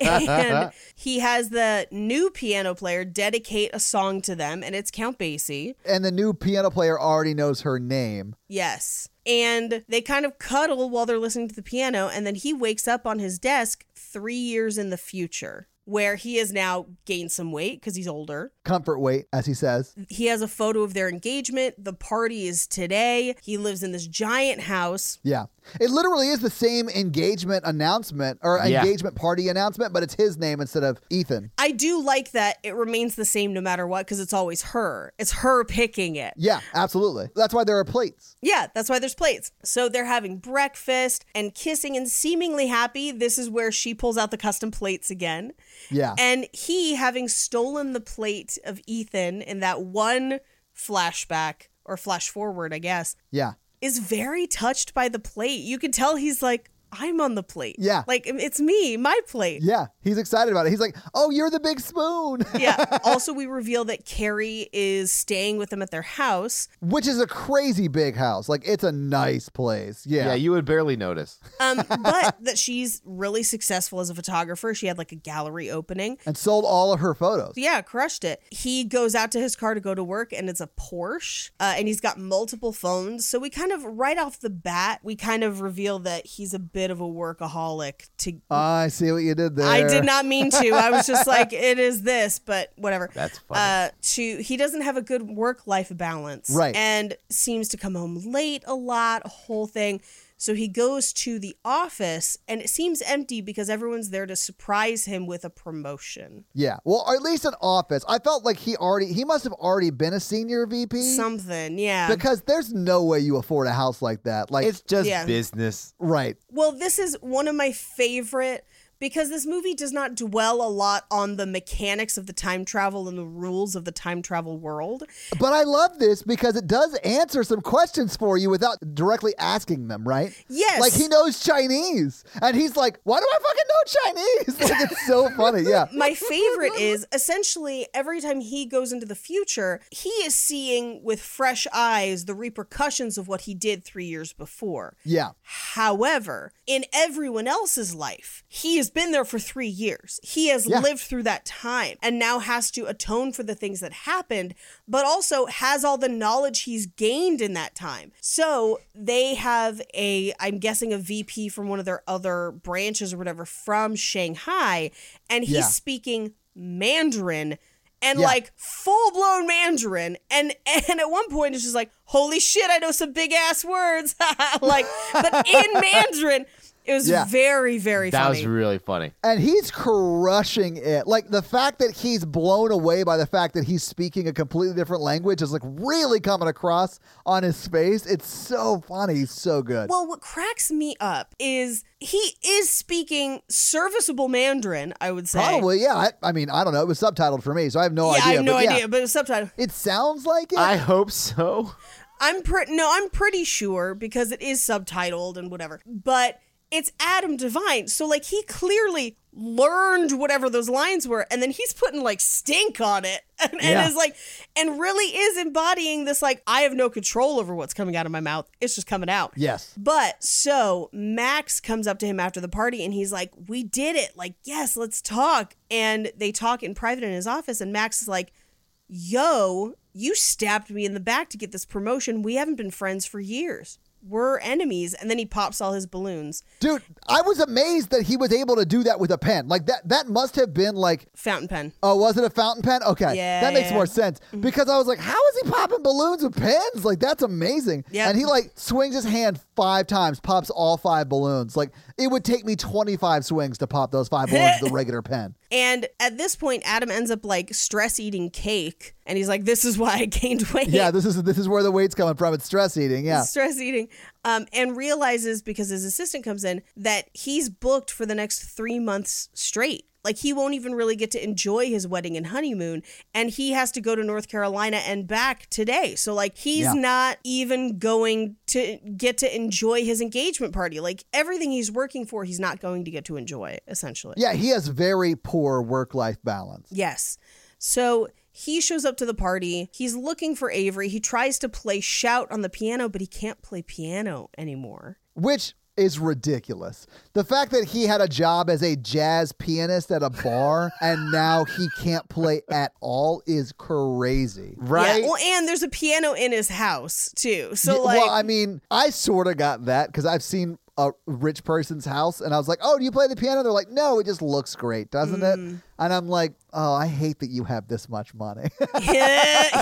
D: and he has the new piano player dedicate a song to them, and it's Count Basie.
F: And the new piano player already knows her name.
D: Yes. And they kind of cuddle while they're listening to the piano, and then he wakes up on his desk three years in the future where he has now gained some weight because he's older.
F: Comfort weight, as he says.
D: He has a photo of their engagement. The party is today. He lives in this giant house.
F: Yeah. It literally is the same engagement announcement or
E: Yeah.
F: engagement party announcement, but it's his name instead of Ethan.
D: I do like that it remains the same no matter what because it's always her. It's her picking it.
F: Yeah, absolutely. That's why there are plates.
D: Yeah, that's why there's plates. So they're having breakfast and kissing and seemingly happy. This is where she pulls out the custom plates again.
F: Yeah.
D: And he, having stolen the plate of Ethan in that one flashback or flash forward, I guess,
F: yeah.
D: is very touched by the plate. You can tell he's like, I'm on the plate.
F: Yeah.
D: Like, it's me, my plate.
F: Yeah. He's excited about it. He's like, oh, you're the big spoon,
D: yeah. Also, we reveal that Carrie is staying with them at their house.
F: which is a crazy big house. Like, it's a nice place. Yeah.
E: Yeah, you would barely notice.
D: Um, but that she's really successful as a photographer. She had like a gallery opening.
F: and sold all of her photos.
D: Yeah, crushed it. He goes out to his car to go to work and it's a Porsche uh, and he's got multiple phones. So we kind of, right off the bat, we kind of reveal that he's a bit of a workaholic to.
F: I see what you did there.
D: I did not mean to. I was just like, it is this, but whatever.
E: That's funny.
D: Uh, to he doesn't have a good work life balance,
F: Right.
D: And seems to come home late a lot, whole thing. So he goes to the office, and it seems empty because everyone's there to surprise him with a promotion,
F: Yeah. Well, or at least an office. I felt like he already, he must have already been a senior VP.
D: something. Yeah,
F: Mm. because there's no way you afford a house like that. Like,
E: It's just
D: Yeah.
E: business.
F: right.
D: Well, this is one of my favorite because this movie does not dwell a lot on the mechanics of the time travel and the rules of the time travel world.
F: But I love this because it does answer some questions for you without directly asking them, right?
D: Yes.
F: Like he knows Chinese. And he's like, why do I fucking know Chinese? Like it's so funny. Yeah.
D: My favorite is essentially every time he goes into the future, he is seeing with fresh eyes the repercussions of what he did three years before.
F: Yeah.
D: However, in everyone else's life, he has been there for three years. He has
F: Yeah.
D: lived through that time and now has to atone for the things that happened, but also has all the knowledge he's gained in that time. So they have a, I'm guessing, a VP from one of their other branches or whatever from Shanghai, and he's
F: Yeah.
D: speaking Mandarin. And
F: Yeah.
D: like full blown Mandarin, and and at one point it's just like, holy shit, I know some big ass words, like, but in Mandarin, it was
F: Yeah.
D: very very
E: That
D: funny.
E: was really funny.
F: And he's crushing it. Like the fact that he's blown away by the fact that he's speaking a completely different language is like really coming across on his face. It's so funny. He's so good.
D: Well, what cracks me up is he is speaking serviceable Mandarin. I would say
F: Probably, yeah. I, I mean, I don't know. It was subtitled for me, so I have no
D: Yeah,
F: idea.
D: I have no
F: but yeah.
D: idea, but it's subtitle.
F: It sounds like it.
E: I hope so.
D: I'm pretty no, I'm pretty sure because it is subtitled and whatever. But it's Adam Devine, so like he clearly learned whatever those lines were, and then he's putting like stink on it, and, and
E: Yeah.
D: is like, and really is embodying this like I have no control over what's coming out of my mouth. It's just coming out.
F: yes.
D: But so Max comes up to him after the party and he's like, We did it. Like, yes, let's talk. And they talk in private in his office. And Max is like, Yo, you stabbed me in the back to get this promotion. We haven't been friends for years. We're enemies. And then he pops all his balloons.
F: Dude, I was amazed that he was able to do that with a pen. Like that that must have been like
D: Fountain pen.
F: Oh, was it a fountain pen? Okay.
D: Yeah,
F: that makes
D: yeah. Mm-hmm.
F: more sense. Because I was like, how is he popping balloons with pens? Like, that's amazing.
D: Yep.
F: And he, like, swings his hand five times, pops all five balloons. Like, it would take me 25 swings to pop those five balloons with a regular pen.
D: And at this point, Adam ends up like stress eating cake. And he's like, This is why I gained weight.
F: Yeah, this is this is where the weight's coming from. It's stress eating. Yeah.
D: stress eating um, and realizes because his assistant comes in that he's booked for the next three months straight like he won't even really get to enjoy his wedding and honeymoon and he has to go to north carolina and back today so like he's
F: Yeah.
D: not even going to get to enjoy his engagement party like everything he's working for he's not going to get to enjoy essentially
F: Yeah, he has very poor work life balance.
D: Yes. So he shows up to the party. He's looking for Avery. He tries to play shout on the piano, but he can't play piano anymore.
F: which is ridiculous. The fact that he had a job as a jazz pianist at a bar and now he can't play at all is crazy.
E: Right?
D: Yeah. Well, and there's a piano in his house too. So
F: Y-
D: like,
F: well, I mean, I sort of got that because I've seen a rich person's house, and I was like, "Oh, do you play the piano?" They're like, "No, it just looks great, doesn't
D: Mm.
F: it?" And I'm like, "Oh, I hate that you have this much money."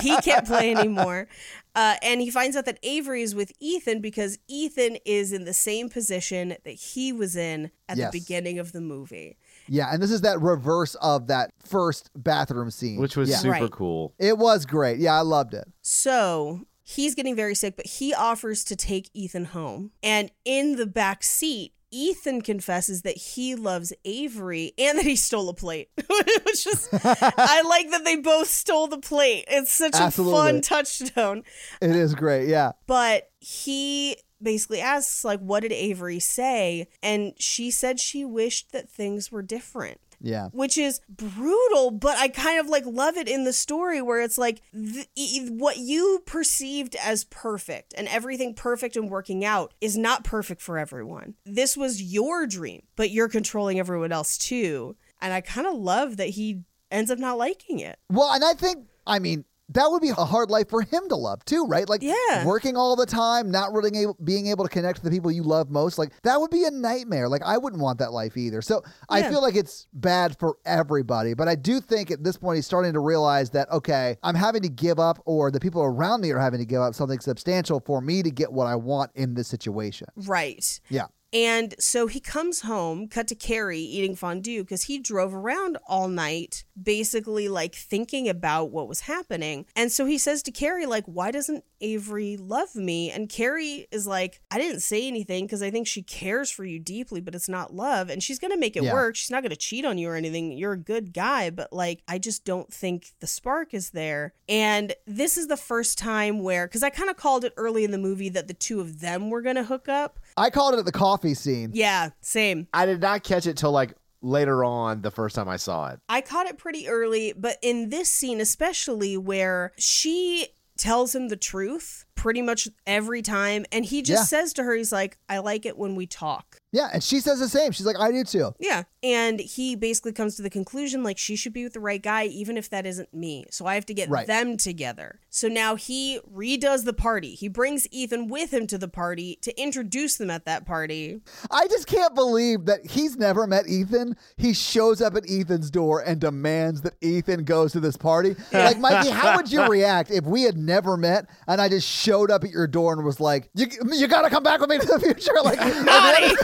D: he can't play anymore. Uh, and he finds out that Avery is with Ethan because Ethan is in the same position that he was in at
F: Yes.
D: the beginning of the movie.
F: yeah, and this is that reverse of that first bathroom scene,
E: which was
F: yeah.
E: super
D: Right.
E: cool.
F: It was great. Yeah, I loved it.
D: So he's getting very sick, but he offers to take Ethan home. And in the back seat, Ethan confesses that he loves Avery and that he stole a plate. Which is, I like that they both stole the plate. It's such a
F: Absolutely.
D: fun touchstone.
F: It is great. Yeah.
D: but he basically asks like what did avery say and she said she wished that things were different
F: Yeah.
D: which is brutal but i kind of like love it in the story where it's like th- e- what you perceived as perfect and everything perfect and working out is not perfect for everyone this was your dream but you're controlling everyone else too and i kind of love that he ends up not liking it
F: Well, and I think, I mean, that would be a hard life for him to love too, right? Like,
D: Yeah.
F: working all the time, not really able, being able to connect to the people you love most. Like, that would be a nightmare. Like, I wouldn't want that life either. So I
D: Yeah.
F: feel like it's bad for everybody. But I do think at this point, he's starting to realize that, okay, I'm having to give up, or the people around me are having to give up something substantial for me to get what I want in this situation.
D: right
F: Yeah.
D: And so he comes home, cut to Carrie eating fondue because he drove around all night, basically like thinking about what was happening. And so he says to Carrie, like, why doesn't Avery love me? And Carrie is like, I didn't say anything because I think she cares for you deeply, but it's not love. And she's going to make it
F: Yeah.
D: work. She's not going to cheat on you or anything. You're a good guy, but like, I just don't think the spark is there. And this is the first time where, because I kind of called it early in the movie that the two of them were going to hook up.
F: I called it at the coffee scene.
D: Yeah, same.
E: I did not catch it till like later on the first time I saw it.
D: I caught it pretty early, but in this scene, especially where she tells him the truth pretty much every time, and he just
F: Yeah.
D: says to her, he's like, I like it when we talk.
F: Yeah. And she says the same. She's like, I do too.
D: Yeah. And he basically comes to the conclusion like she should be with the right guy, even if that isn't me. So I have to get
F: Right.
D: them together. So now he redoes the party. He brings Ethan with him to the party to introduce them at that party.
F: I just can't believe that he's never met Ethan. He shows up at Ethan's door and demands that Ethan goes to this party. Like, Mikey, how would you react if we had never met and I just showed up at your door and was like, "You, you got to come back with me to the future"? Like,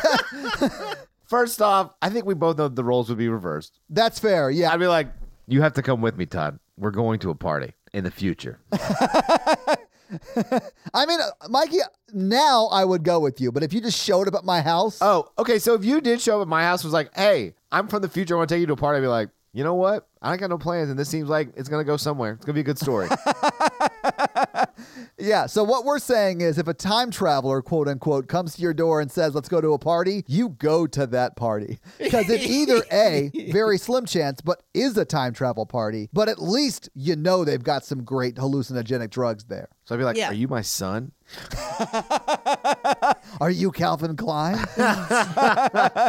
E: First off, I think we both know the roles would be reversed.
F: that's fair. Yeah,
E: I'd be like, you have to come with me, Todd. We're going to a party in the future.
F: I mean, uh, Mikey, now I would go with you, but if you just showed up at my house,
E: oh, okay. So if you did show up at my house, was like, hey, I'm from the future. I want to take you to a party. I'd be like, you know what? I ain't got no plans, and this seems like it's gonna go somewhere. It's gonna be a good story.
F: yeah. So what we're saying is, if a time traveler, quote unquote, comes to your door and says, "Let's go to a party," you go to that party because it's either a very slim chance, but is a time travel party. But at least you know they've got some great hallucinogenic drugs there.
E: so I'd be like,
D: Yeah.
E: are you my son?
F: Are you Calvin Klein?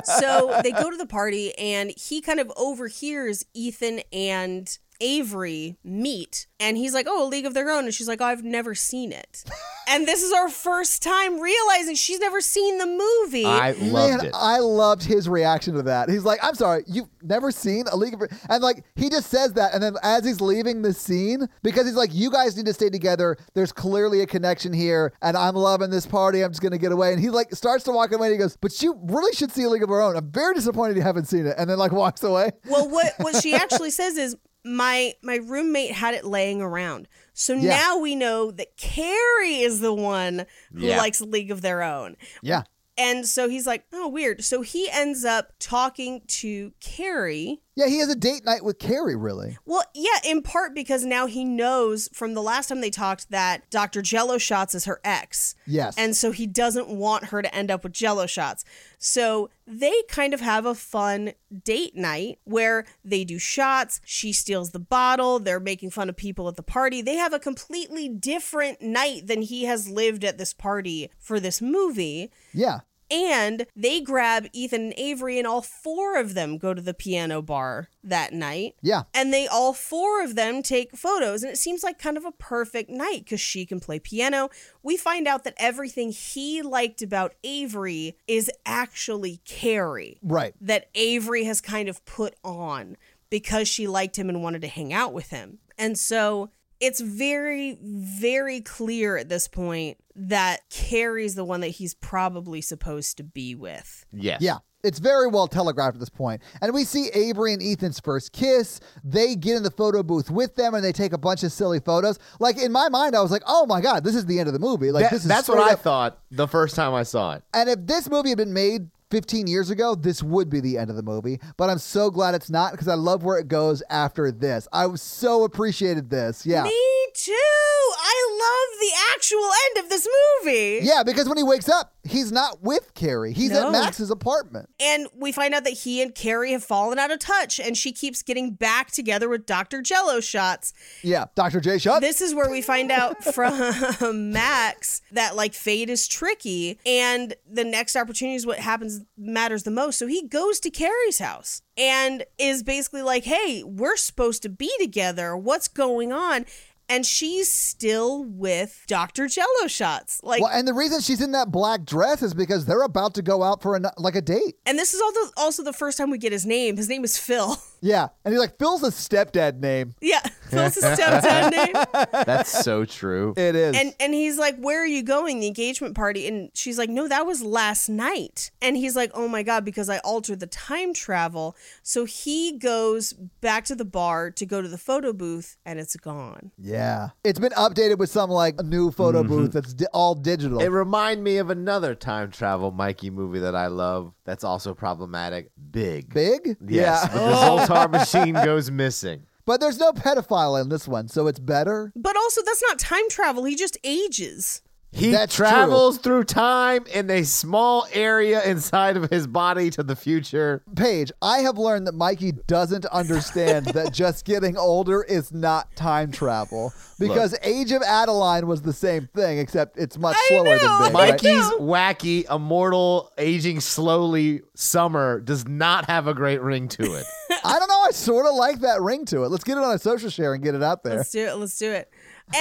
D: so they go to the party and he kind of overhears Ethan and Avery meet and he's like, "Oh, a league of their own." And she's like, "Oh, I've never seen it." and this is our first time realizing she's never seen the movie.
E: I loved
F: Man, uh,
E: it.
F: I loved his reaction to that. He's like, "I'm sorry, you've never seen a League of," and like he just says that, and then as he's leaving the scene, because he's like, "You guys need to stay together. There's clearly a connection here, and I'm loving this party. I'm just gonna get away." And he like starts to walk away, and he goes, "But you really should see a League of Our Own. I'm very disappointed you haven't seen it." And then like walks away.
D: well, what what she actually says is my my roommate had it laying around. So
F: Yeah.
D: now we know that Carrie is the one who
E: Yeah.
D: likes a League of Their Own.
F: Yeah,
D: And so he's like, "Oh, weird." So he ends up talking to Carrie
F: yeah. He has a date night with Carrie. Really?
D: Well, yeah, in part because now he knows from the last time they talked that Dr. Jello Shots is her ex.
F: Yes.
D: And so he doesn't want her to end up with Jello Shots. So they kind of have a fun date night where they do shots, she steals the bottle, they're making fun of people at the party. They have a completely different night than he has lived at this party for this movie.
F: yeah.
D: And they grab Ethan and Avery, and all four of them go to the piano bar that night.
F: Yeah.
D: And they all four of them take photos, and it seems like kind of a perfect night because she can play piano. We find out that everything he liked about Avery is actually Carrie
F: Right.
D: that Avery has kind of put on because she liked him and wanted to hang out with him. And so it's very, very clear at this point that Carrie's the one that he's probably supposed to be with.
E: Yes.
F: Yeah. It's very well telegraphed at this point. And we see Avery and Ethan's first kiss. They get in the photo booth with them and they take a bunch of silly photos. Like in my mind, I was like, oh my God, this is the end of the movie. Like
E: That-
F: this is
E: that's what
F: straight
E: I
F: up-
E: thought the first time I saw it.
F: And if this movie had been made 15 years ago, this would be the end of the movie. But I'm so glad it's not because I love where it goes after this. I was so appreciated this. Yeah.
D: Me too! I love the actual end of this movie.
F: Yeah, because when he wakes up, he's not with Carrie. He's
D: No.
F: at Max's apartment.
D: And we find out that he and Carrie have fallen out of touch, and she keeps getting back together with Dr. Jello shots.
F: Yeah. Dr. J Shut.
D: This is where we find out from Max that like fate is tricky and the next opportunity is what happens matters the most. So he goes to Carrie's house and is basically like, "Hey, we're supposed to be together. What's going on?" And she's still with Dr. Jello shots. Like
F: well, and the reason she's in that black dress is because they're about to go out for an, like a date.
D: and this is also also the first time we get his name. His name is Phil.
F: Yeah, and he's like, Phil's a stepdad name.
D: yeah. Phil's his stepdad name.
E: That's so true.
F: It is.
D: And and he's like, "Where are you going? The engagement party?" And she's like, "No, that was last night." And he's like, "Oh my god, because I altered the time travel." So he goes back to the bar to go to the photo booth, and it's gone.
F: yeah, it's been updated with some like new photo booth that's di- all digital.
E: It remind me of another time travel Mikey movie that I love. That's also problematic. Big.
F: Big,
E: Yes,
F: yeah,
E: but the Zoltar machine goes missing.
F: but there's no pedophile in this one, so it's better.
D: But also, that's not time travel. He just ages.
E: He
F: That's
E: travels through time in a small area inside of his body to the future.
F: Paige, I have learned that Mikey doesn't understand that just getting older is not time travel because Age of Adeline was the same thing, except it's much slower
D: know,
F: than Big. right?
E: Mikey's wacky, immortal, aging slowly summer does not have a great ring to it.
F: I don't know. I sort of like that ring to it. Let's get it on a social share and get it out there.
D: Let's do it. Let's do it.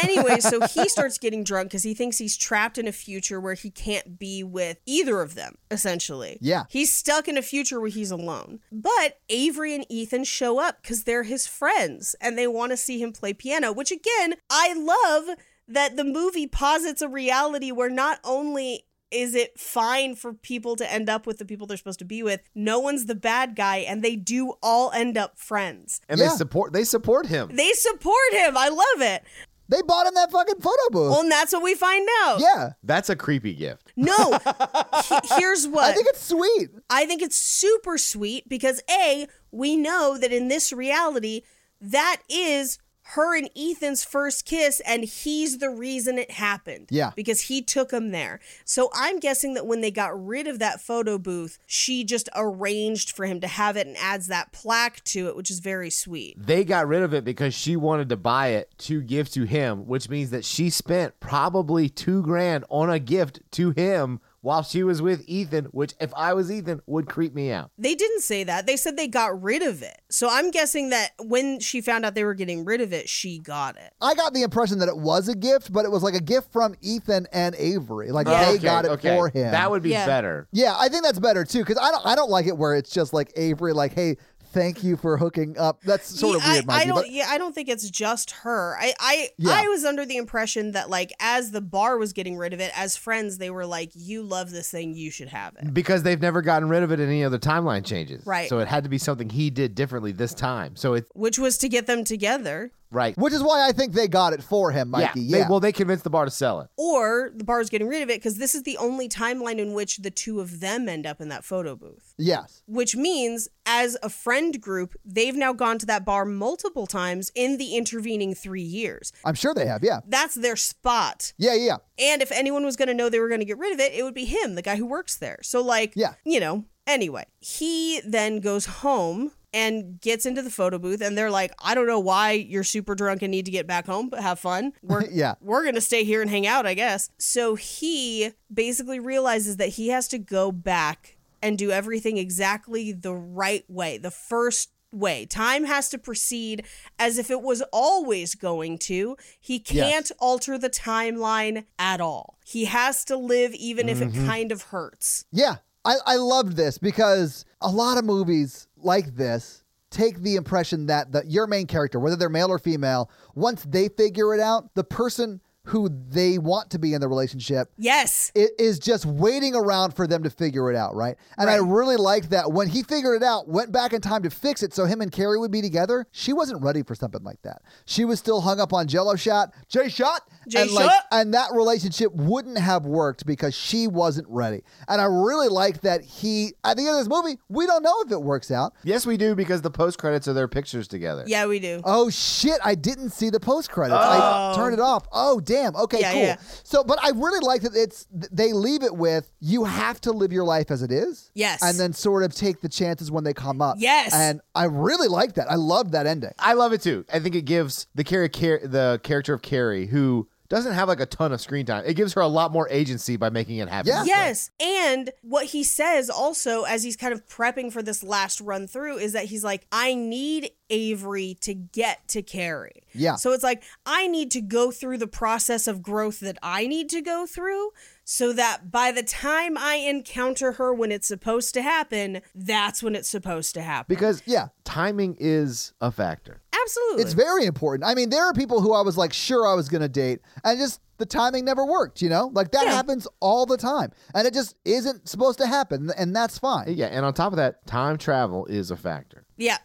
D: Anyway, so he starts getting drunk because he thinks he's trapped in a future where he can't be with either of them, essentially.
F: Yeah.
D: He's stuck in a future where he's alone. But Avery and Ethan show up because they're his friends and they want to see him play piano, which again, I love that the movie posits a reality where not only is it fine for people to end up with the people they're supposed to be with, no one's the bad guy, and they do all end up friends.
E: And
F: Yeah.
E: they support they support him.
D: They support him. I love it.
F: They bought him that fucking photo booth.
D: Well, and that's what we find out.
F: yeah.
E: That's a creepy gift.
D: No. He- here's what
F: I think it's sweet.
D: it's super sweet because A, we know that in this reality, that is her and Ethan's first kiss, and he's the reason it happened.
F: Yeah.
D: Because he took him there. So I'm guessing that when they got rid of that photo booth, she just arranged for him to have it and adds that plaque to it, which is very sweet.
E: They got rid of it because she wanted to buy it to give to him, which means that she spent probably two grand on a gift to him while she was with Ethan, which if I was Ethan would creep me out.
D: They didn't say that. They said they got rid of it. So I'm guessing that when she found out they were getting rid of it, she got it.
F: I got the impression that it was a gift, but it was like a gift from Ethan and Avery. Like they
E: Okay,
F: got it
E: okay.
F: for him.
E: That would be
D: Yeah.
E: better.
F: yeah, I think that's better too, because I don't, I don't like it where it's just like Avery, like, hey, thank you for hooking up. That's sort of
D: Yeah,
F: weird,
D: I,
F: Mikey.
D: I don't.
F: but-
D: yeah, I don't think it's just her. I, I,
F: Yeah.
D: I was under the impression that like as the bar was getting rid of it, as friends, they were like, "You love this thing, you should have it."
E: Because they've never gotten rid of it in any other timeline changes.
D: Right.
E: So it had to be something he did differently this time. So it's
D: Which was to get them together,
E: right.
F: Which is why I think they got it for him, Mikey. Yeah.
E: They- well, they convinced the bar to sell it.
D: or the bar's getting rid of it because this is the only timeline in which the two of them end up in that photo booth.
F: yes.
D: Which means, as a friend group, they've now gone to that bar multiple times in the intervening three years.
F: I'm sure they have. Yeah.
D: That's their spot.
F: Yeah, yeah, yeah.
D: And if anyone was going to know they were going to get rid of it, it would be him, the guy who works there. So, like,
F: Yeah.
D: you know, anyway, he then goes home and gets into the photo booth and they're like, I don't know why you're super drunk and need to get back home, but have fun. We're
F: Yeah.
D: we're gonna stay here and hang out, I guess. So he basically realizes that he has to go back and do everything exactly the right way, the first way. Time has to proceed as if it was always going to. He can't alter the timeline at all. He has to live even if it kind of hurts.
F: Yeah, I, I loved this because a lot of movies like this take the impression that the, your main character, whether they're male or female, once they figure it out, the person who they want to be in the relationship
D: Yes.
F: it is just waiting around for them to figure it out, right? And I
D: Right.
F: really liked that when he figured it out, went back in time to fix it so him and Carrie would be together. She wasn't ready for something like that. She was still hung up on Jello shot, J shot,
D: Jay
F: and like,
D: Shot.
F: and that relationship wouldn't have worked because she wasn't ready. And I really liked that he at the end of this movie, we don't know if it works out.
E: Yes, we do because the post credits are their pictures together.
D: Yeah, we do.
F: Oh shit! I didn't see the post credits. I turned it off. Oh damn. Okay,
D: Yeah,
F: cool.
D: yeah.
F: So, but I really like that it's th- they leave it with you have to live your life as it is.
D: Yes.
F: And then sort of take the chances when they come up.
D: Yes.
F: And I really like that. I love that ending.
E: I love it too. I think it gives the Carrie, Car- the character of Carrie, who doesn't have like a ton of screen time, it gives her a lot more agency by making it happen.
F: Yeah.
D: Yes. And what he says also, as he's kind of prepping for this last run through, is that he's like, I need Avery to get to Carrie.
F: Yeah.
D: So it's like, I need to go through the process of growth that I need to go through so that by the time I encounter her when it's supposed to happen, that's when it's supposed to happen.
E: Because
F: Yeah.
E: timing is a factor.
D: Absolutely.
F: It's very important. I mean, there are people who I was like sure I was going to date, and just the timing never worked. You know, like that happens all the time, and it just isn't supposed to happen, and that's fine.
E: Yeah, and on top of that, time travel is a factor.
D: yeah.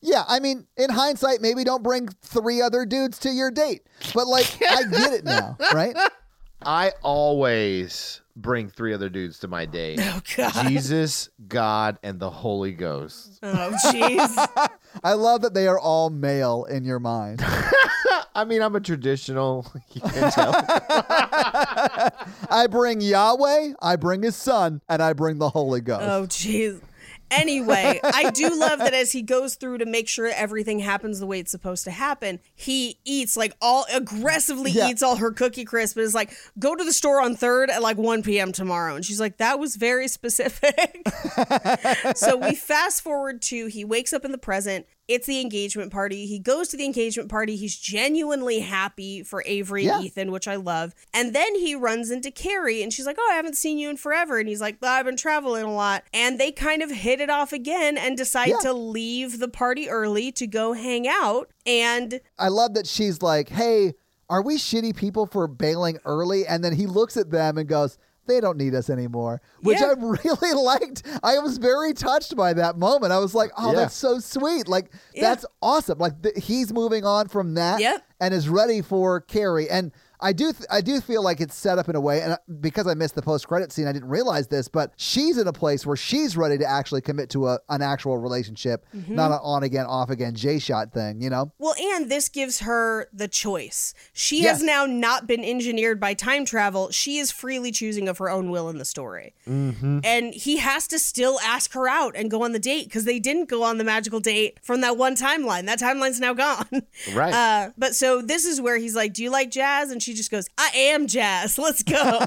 F: Yeah, I mean, in hindsight, maybe don't bring three other dudes to your date. But like, I get it now, right?
E: I always bring three other dudes to my date. Oh God! Jesus, God, and the Holy Ghost.
D: Oh, jeez.
F: I love that they are all male in your mind.
E: I mean, I'm a traditional. You can tell.
F: I bring Yahweh, I bring his son, and I bring the Holy Ghost.
D: Oh, jeez. Anyway, I do love that as he goes through to make sure everything happens the way it's supposed to happen, he eats like all aggressively
F: Yeah.
D: eats all her cookie crisp and is like, go to the store on third at like 1 p.m. tomorrow. And she's like, that was very specific. so we fast forward to he wakes up in the present. It's the engagement party. He goes to the engagement party. He's genuinely happy for Avery
F: Yeah.
D: and Ethan, which I love. And then he runs into Carrie and she's like, Oh, I haven't seen you in forever. And he's like, "Well, I've been traveling a lot. And they kind of hit it off again and decide
F: Yeah.
D: to leave the party early to go hang out. And
F: I love that she's like, hey, are we shitty people for bailing early? And then he looks at them and goes, they don't need us anymore, which
D: Yeah.
F: I really liked. I was very touched by that moment. I was like, oh,
E: Yeah.
F: that's so sweet. Like, that's awesome. Like, th- he's moving on from that
D: Yep.
F: and is ready for Carrie. And I do, th- I do feel like it's set up in a way, and I- because I missed the post credit scene, I didn't realize this. But she's in a place where she's ready to actually commit to a, an actual relationship,
D: Mm-hmm.
F: not an on again, off again J shot thing. You know?
D: Well, and this gives her the choice. She
F: Yes.
D: has now not been engineered by time travel. She is freely choosing of her own will in the story. And he has to still ask her out and go on the date because they didn't go on the magical date from that one timeline. That timeline's now gone.
E: Right.
D: Uh, but so this is where he's like, Do you like jazz? And she just goes, I am jazz. Let's go.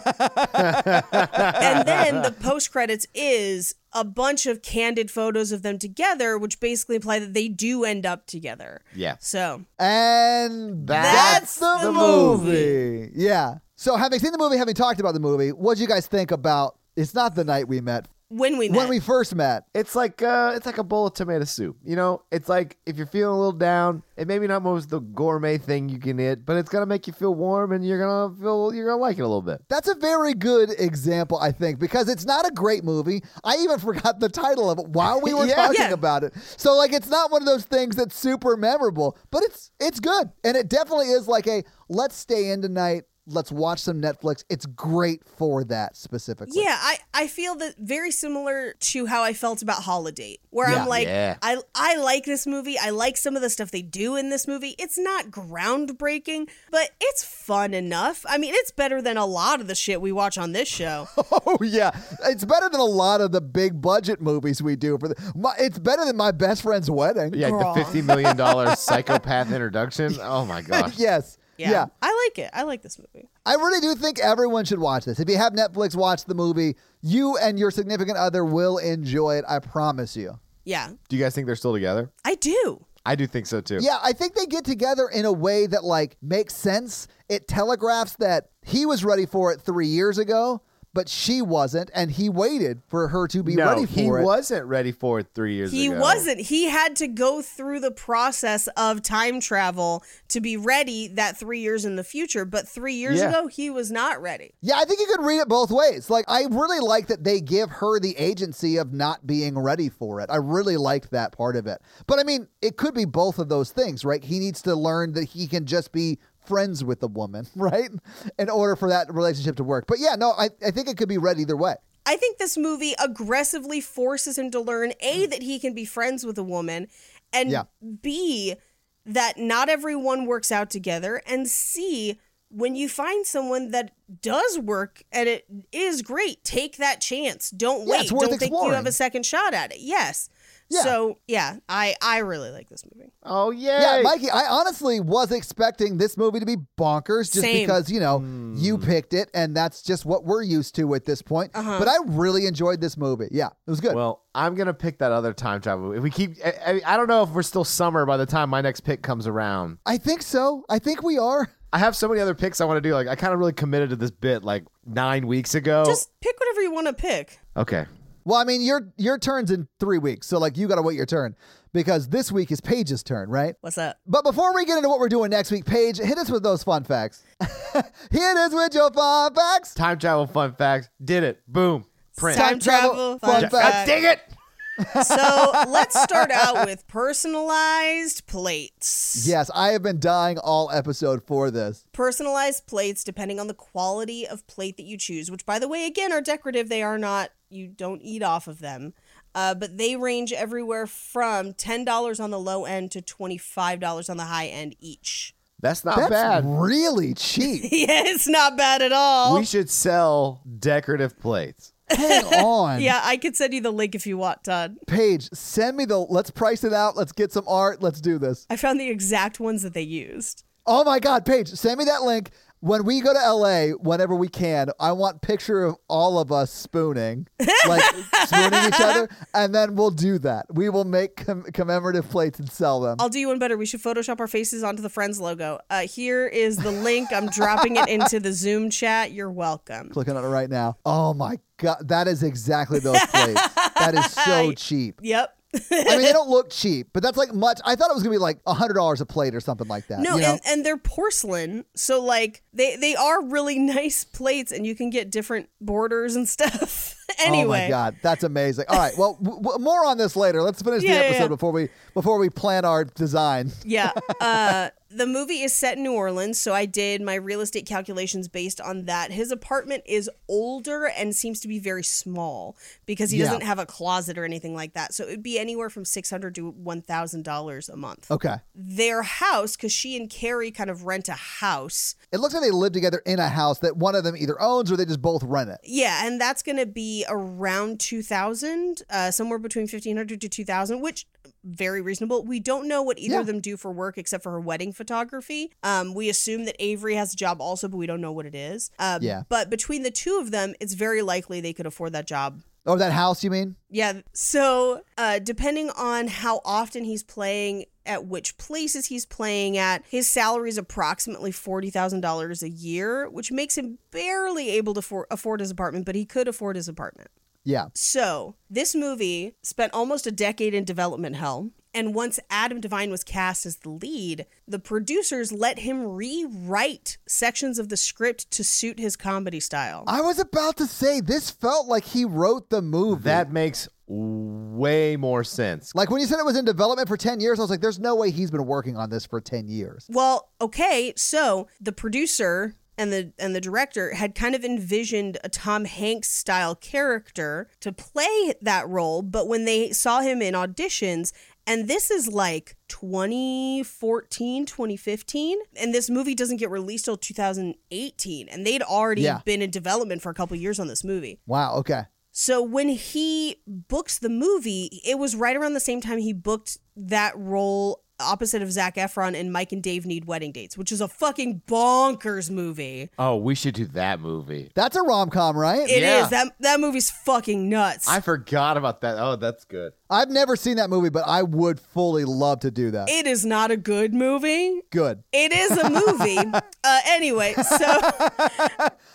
D: and then the post credits is a bunch of candid photos of them together, which basically imply that they do end up together.
E: yeah.
D: So
F: And
E: That's
F: that's, the,
D: the
F: movie. Yeah. So having seen the movie, having talked about the movie, what do you guys think about It's Not the Night We Met?
D: when we met,
F: When we first met.
E: It's like uh, it's like a bowl of tomato soup. You know, it's like if you're feeling a little down, it maybe not most the gourmet thing you can eat, but it's gonna make you feel warm, and you're gonna feel you're gonna like it a little bit.
F: That's a very good example, I think, because it's not a great movie. I even forgot the title of it while we were
E: Yeah.
F: talking
D: Yeah.
F: about it. So like it's not one of those things that's super memorable, but it's it's good. And it definitely is like a let's stay in tonight let's watch some Netflix. It's great for that specifically.
D: Yeah, I, I feel that very similar to how I felt about Holiday, where
F: Yeah.
D: I'm like,
E: Yeah.
D: I I like this movie. I like some of the stuff they do in this movie. It's not groundbreaking, but it's fun enough. I mean, it's better than a lot of the shit we watch on this show.
F: Oh yeah, it's better than a lot of the big budget movies we do. For the, my, it's better than my best friend's wedding.
E: Yeah,
D: Girl.
E: the fifty million dollar psychopath introduction. Oh my gosh.
F: yes.
D: Yeah,
F: yeah.
D: I like it. I like this movie.
F: I really do think everyone should watch this. If you have Netflix, watch the movie. You and your significant other will enjoy it. I promise you.
D: Yeah,
E: Do you guys think they're still together?
D: I do.
E: I do think so too.
F: Yeah, I think they get together in a way that like makes sense. It telegraphs that he was ready for it three years ago, but she wasn't, and he waited for her to be
E: no,
F: ready for
E: he
F: it.
E: wasn't ready for it three years
D: He
E: ago.
D: wasn't. He had to go through the process of time travel to be ready that three years in the future. But three years
E: Yeah.
D: ago, he was not ready.
F: Yeah, I think you could read it both ways. Like, I really like that they give her the agency of not being ready for it. I really liked that part of it. But I mean, it could be both of those things, right? He needs to learn that he can just be friends with the woman, right? In order for that relationship to work. But yeah, no, I, I think it could be read either way.
D: I think this movie aggressively forces him to learn A, that he can be friends with a woman, and
F: Mm. Yeah.
D: B, that not everyone works out together, and C, when you find someone that does work and it is great, take that chance. Don't
F: Yeah,
D: wait.
F: it's
D: Don't
F: worth
D: think you have
F: exploring.
D: a second shot at it. Yes.
F: Yeah.
D: So yeah, I I really like this movie.
E: Oh
F: Yeah,
E: yay.
F: Mikey, I honestly was expecting this movie to be bonkers just
D: Same.
F: because, you know, you picked it and that's just what we're used to at this point. But I really enjoyed this movie. Yeah, it was good.
E: Well, I'm gonna pick that other time travel. If we keep, I, I I don't know if we're still summer by the time my next pick comes around.
F: I think so. I think we are.
E: I have so many other picks I want to do. Like I kind of really committed to this bit like nine weeks ago.
F: Oh.
D: Just pick whatever you want to pick.
E: okay.
F: Well, I mean, your your turn's in three weeks, so like you got to wait your turn because this week is Paige's turn, right?
D: What's up?
F: But before we get into what we're doing next week, Paige, hit us with those fun facts. hit us with your fun facts.
E: Time travel fun facts. Did it. Boom. Print.
D: Time travel, fun
F: fun
E: God
F: fact.
D: fact.
E: dang it.
D: So let's start out with personalized plates.
F: Yes, I have been dying all episode for this.
D: Personalized plates, depending on the quality of plate that you choose, which, by the way, again, are decorative. They are not, you don't eat off of them. Uh, but they range everywhere from $10 on the low end to $25 on the high end each.
E: That's not
F: That's
E: bad.
F: really cheap.
D: yeah, it's not bad at all.
E: We should sell decorative plates.
F: Hang on.
D: yeah, I could send you the link if you want, Todd.
F: Paige, send me the. Let's price it out. Let's get some art. Let's do this.
D: I found the exact ones that they used.
F: Oh my God, Paige, send me that link. When we go to LA, whenever we can, I want picture of all of us spooning, like spooning each other, and then we'll do that. We will make com- commemorative plates and sell them.
D: I'll do you one better. We should Photoshop our faces onto the Friends logo. Uh, here is the link. I'm dropping it into the Zoom chat. You're welcome.
F: Clicking on it right now. Oh my God, that is exactly those plates. that is so cheap.
D: Yep.
F: I mean, they don't look cheap, but that's like much. I thought it was gonna be like hundred dollars a plate or something like that.
D: No,
F: Uh, you know?
D: and, and they're porcelain, so like they they are really nice plates, and you can get different borders and stuff. anyway,
F: Oh my god, that's amazing. All right, well, w- w- more on this later. Let's finish
D: Yeah,
F: the
D: yeah,
F: episode
D: yeah.
F: before we before we plan our design.
D: yeah. Uh, the movie is set in New Orleans, so I did my real estate calculations based on that. His apartment is older and seems to be very small because he
F: Yeah.
D: doesn't have a closet or anything like that. So it would be anywhere from six hundred to one thousand dollars a month.
F: Okay.
D: Their house, because she and Carrie kind of rent a house,
F: It looks like they live together in a house that one of them either owns or they just both rent it.
D: Yeah, and that's going to be around 2000, uh, somewhere between 1500 to 2000, which very reasonable. We don't know what either
F: Yeah.
D: of them do for work except for her wedding photography. Um, we assume that Avery has a job also, but we don't know what it is. Uh,
F: Yeah.
D: But between the two of them, it's very likely they could afford that job
F: Or Oh, that house, you mean?
D: yeah. So, uh, depending on how often he's playing, at which places he's playing at, his salary is approximately $40,000 a year, which makes him barely able to for- afford his apartment, but he could afford his apartment.
F: Yeah.
D: So, this movie spent almost a decade in development hell. And once Adam Devine was cast as the lead, the producers let him rewrite sections of the script to suit his comedy style.
F: I was about to say this felt like he wrote the movie.
E: That makes way more sense.
F: like when you said it was in development for 10 years, I was like there's no way he's been working on this for 10 years.
D: Well, okay, so the producer and the and the director had kind of envisioned a Tom Hanks style character to play that role, but when they saw him in auditions and this is like 2014, 2015. And this movie doesn't get released till 2018. And they'd already
F: Yeah.
D: been in development for a couple years on this movie.
F: Wow. Okay.
D: So when he books the movie, it was right around the same time he booked that role opposite of Zach Efron and Mike and Dave Need Wedding Dates, which is a fucking bonkers movie.
E: Oh, we should do that movie.
F: That's a rom com, right?
D: It is
E: Yeah.
D: that that movie's fucking nuts.
E: I forgot about that. Oh, that's good.
F: I've never seen that movie, but I would fully love to do that.
D: it is not a good movie.
F: Good.
D: It is a movie. uh, anyway, so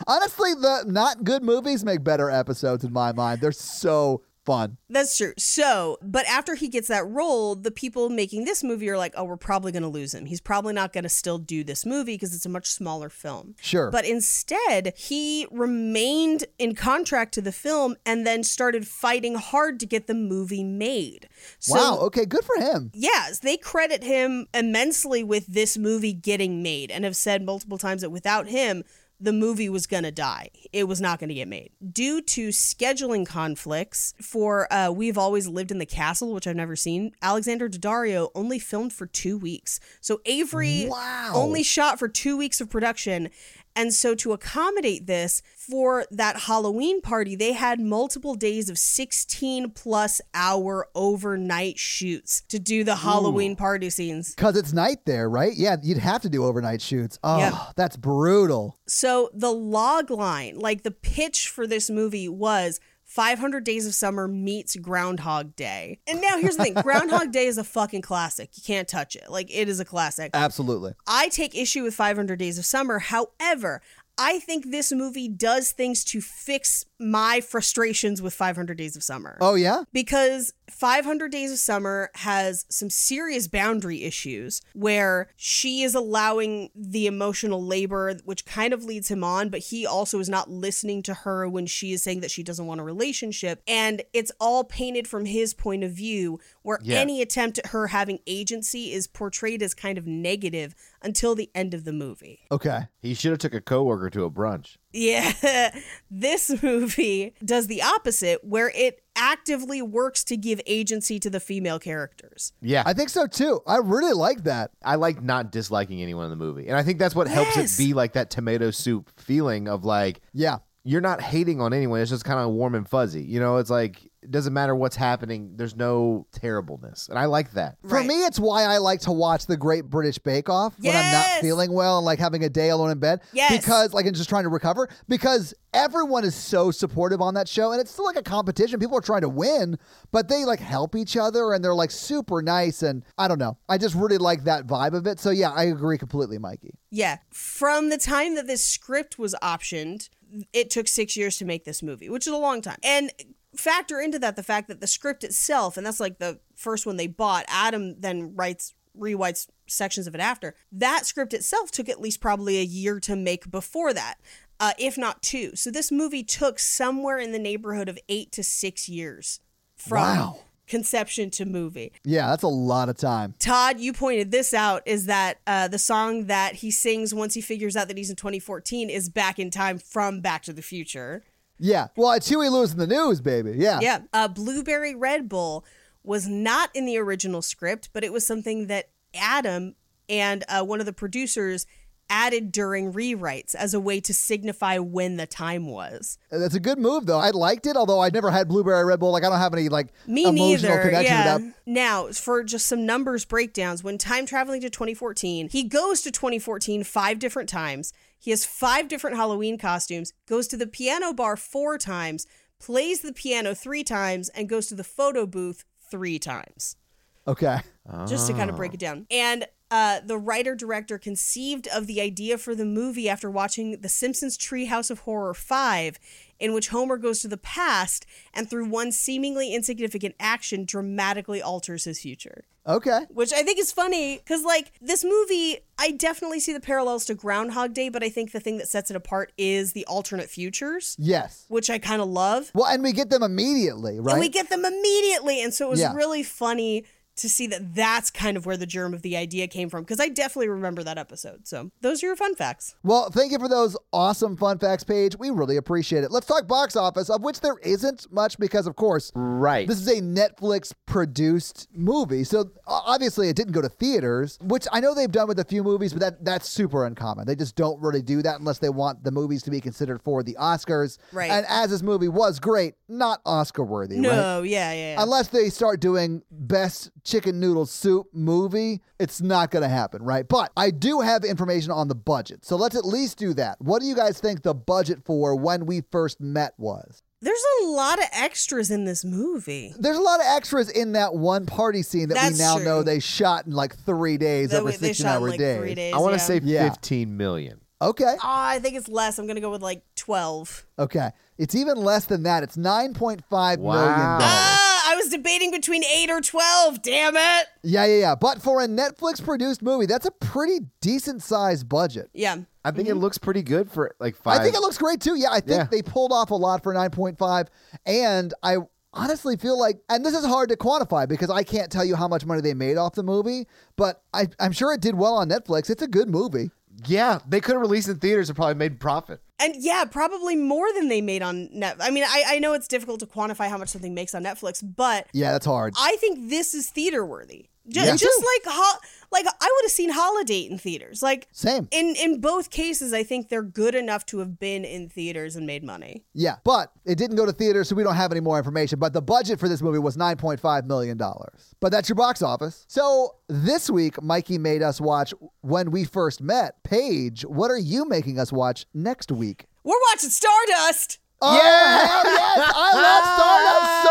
F: Honestly, the not good movies make better episodes in my mind. They're so fun.
D: That's true. So, but after he gets that role, the people making this movie are like, oh, we're probably going to lose him. He's probably not going to still do this movie because it's a much smaller film.
F: Sure.
D: But instead, he remained in contract to the film and then started fighting hard to get the movie made. So,
F: wow. Okay. Good for him.
D: Yes, they credit him immensely with this movie getting made and have said multiple times that without him, the movie was going to die. It was not going to get made. Due to scheduling conflicts for uh, We've Always Lived in the Castle, which I've never seen, Alexander Daddario only filmed for two weeks. So Avery only shot for two weeks of production. And so, to accommodate this for that Halloween party, they had multiple days of 16 plus hour overnight shoots to do the Halloween party scenes.
F: Because it's night there, right? Yeah. You'd have to do overnight shoots. Oh,
D: Yep.
F: that's brutal.
D: So, the log line, like the pitch for this movie, was 500 Days of Summer meets Groundhog Day. And now, here's the thing Groundhog Day is a fucking classic. You can't touch it. Like, it is a classic.
F: Absolutely.
D: I take issue with 500 Days of Summer. However, I think this movie does things to fix my frustrations with 500 Days of Summer.
F: Oh, yeah?
D: Because 500 Days of Summer has some serious boundary issues where she is allowing the emotional labor, which kind of leads him on, but he also is not listening to her when she is saying that she doesn't want a relationship. And it's all painted from his point of view, where
E: Yeah.
D: any attempt at her having agency is portrayed as kind of negative until the end of the movie.
F: Okay.
E: He should have took a coworker to a brunch.
D: Yeah. This movie does the opposite, where it actively works to give agency to the female characters.
E: Yeah.
F: I think so too. I really like that.
E: I like not disliking anyone in the movie. And I think that's what helps
D: Yes.
E: it be like that tomato soup feeling of like,
F: Yeah.
E: you're not hating on anyone. It's just kind of warm and fuzzy. You know, it's like, it doesn't matter what's happening, there's no terribleness. And I like that.
F: For
D: Right.
F: me, it's why I like to watch the Great British Bake Off when I'm
D: Yes.
F: not feeling well and like having a day alone in bed.
D: Yes.
F: Because, like, and just trying to recover because everyone is so supportive on that show and it's still like a competition. People are trying to win, but they like help each other and they're like super nice. And I don't know. I just really like that vibe of it. So, yeah, I agree completely, Mikey.
D: Yeah. From the time that this script was optioned, it took six years to make this movie, which is a long time. And factor into that the fact that the script itself, and that's like the first one they bought, Adam then writes, rewrites sections of it after. That script itself took at least probably a year to make before that. Uh, if not two. So this movie took somewhere in the neighborhood of eight to six years from
F: Wow.
D: conception to movie.
F: Yeah, that's a lot of time.
D: Todd, you pointed this out is that uh, the song that he sings once he figures out that he's in 2014 is Back in Time from Back to the Future.
F: Yeah. Well, it's Huey Lewis in the news, baby. Yeah.
D: Yeah. Uh, Blueberry Red Bull was not in the original script, but it was something that Adam and uh, one of the producers added during rewrites as a way to signify when the time was.
F: That's a good move, though. I liked it, although I never had blueberry Red Bull. Like, I don't have any like
D: Me
F: emotional
D: neither.
F: connection
D: yeah.
F: to that.
D: Now, for just some numbers breakdowns, when time traveling to 2014, he goes to 2014 five different times. He has five different Halloween costumes, goes to the piano bar four times, plays the piano three times, and goes to the photo booth three times
F: Okay.
D: just to kind of break it down. And uh, the writer director conceived of the idea for the movie after watching The Simpsons Treehouse of Horror 5, in which Homer goes to the past and through one seemingly insignificant action dramatically alters his future.
F: Okay.
D: Which I think is funny because, like, this movie, I definitely see the parallels to Groundhog Day, but I think the thing that sets it apart is the alternate futures,
F: Yes.
D: which I kind of love.
F: Well, and we get them immediately, right?
D: And we get them immediately. And so it was
F: Yeah.
D: really funny to see that that's kind of where the germ of the idea came from because I definitely remember that episode. So those are your fun facts.
F: Well, thank you for those awesome fun facts, Paige. We really appreciate it. Let's talk box office, of which there isn't much because, of course,
E: Right.
F: This is a Netflix produced movie. So o- obviously it didn't go to theaters, which I know they've done with a few movies, but that that's super uncommon. They just don't really do that unless they want the movies to be considered for the Oscars.
D: Right.
F: And as this movie was great, not Oscar worthy, right?
D: No, yeah, yeah. yeah.
F: Unless they start doing best chicken noodle soup movie, it's not going to happen, right? But I do have information on the budget. So let's at least do that. What do you guys think the budget for when we first met was?
D: There's a lot of extras in this movie.
F: There's a lot of extras in that one party scene that
D: That's
F: we now
D: true.
F: know they shot in like three days
D: Though
F: over
D: it- they
F: 16
D: shot in
F: hour
D: like
F: days.
D: three days.
E: I want to
D: yeah.
E: say
F: Yeah.
E: 15 million.
F: Okay.
D: Ah, I think it's less. I'm gonna go with like twelve.
F: Okay. It's even less than that. It's nine point five million
E: Wow.
F: dollars.
D: Ah, I was debating between eight or twelve. Damn it.
F: Yeah, yeah, yeah. But for a Netflix produced movie, that's a pretty decent sized budget.
D: Yeah.
E: I think
D: Mm-hmm.
E: it looks pretty good for like five.
F: I think it looks great too. Yeah, I think
E: Yeah.
F: they pulled off a lot for 9.5 and I honestly feel like and this is hard to quantify because I can't tell you how much money they made off the movie, but I I'm sure it did well on Netflix. It's a good movie.
E: Yeah, they could have released in theaters and probably made profit.
D: And yeah, probably more than they made on net. I mean, I, I know it's difficult to quantify how much something makes on Netflix, but
F: Yeah, that's hard.
D: I think this is theater worthy. Ju-
F: Yeah. Me
D: Just
F: too.
D: like ho- like I would have seen Holiday in theaters. Like
F: Same.
D: in in both cases, I think they're good enough to have been in theaters and made money.
F: Yeah, but it didn't go to theaters, so we don't have any more information. But the budget for this movie was $9.5 million. But that's your box office. So this week, Mikey made us watch When We First Met. Paige, what are you making us watch next week?
D: We're watching Stardust.
F: Oh, hell yes! I love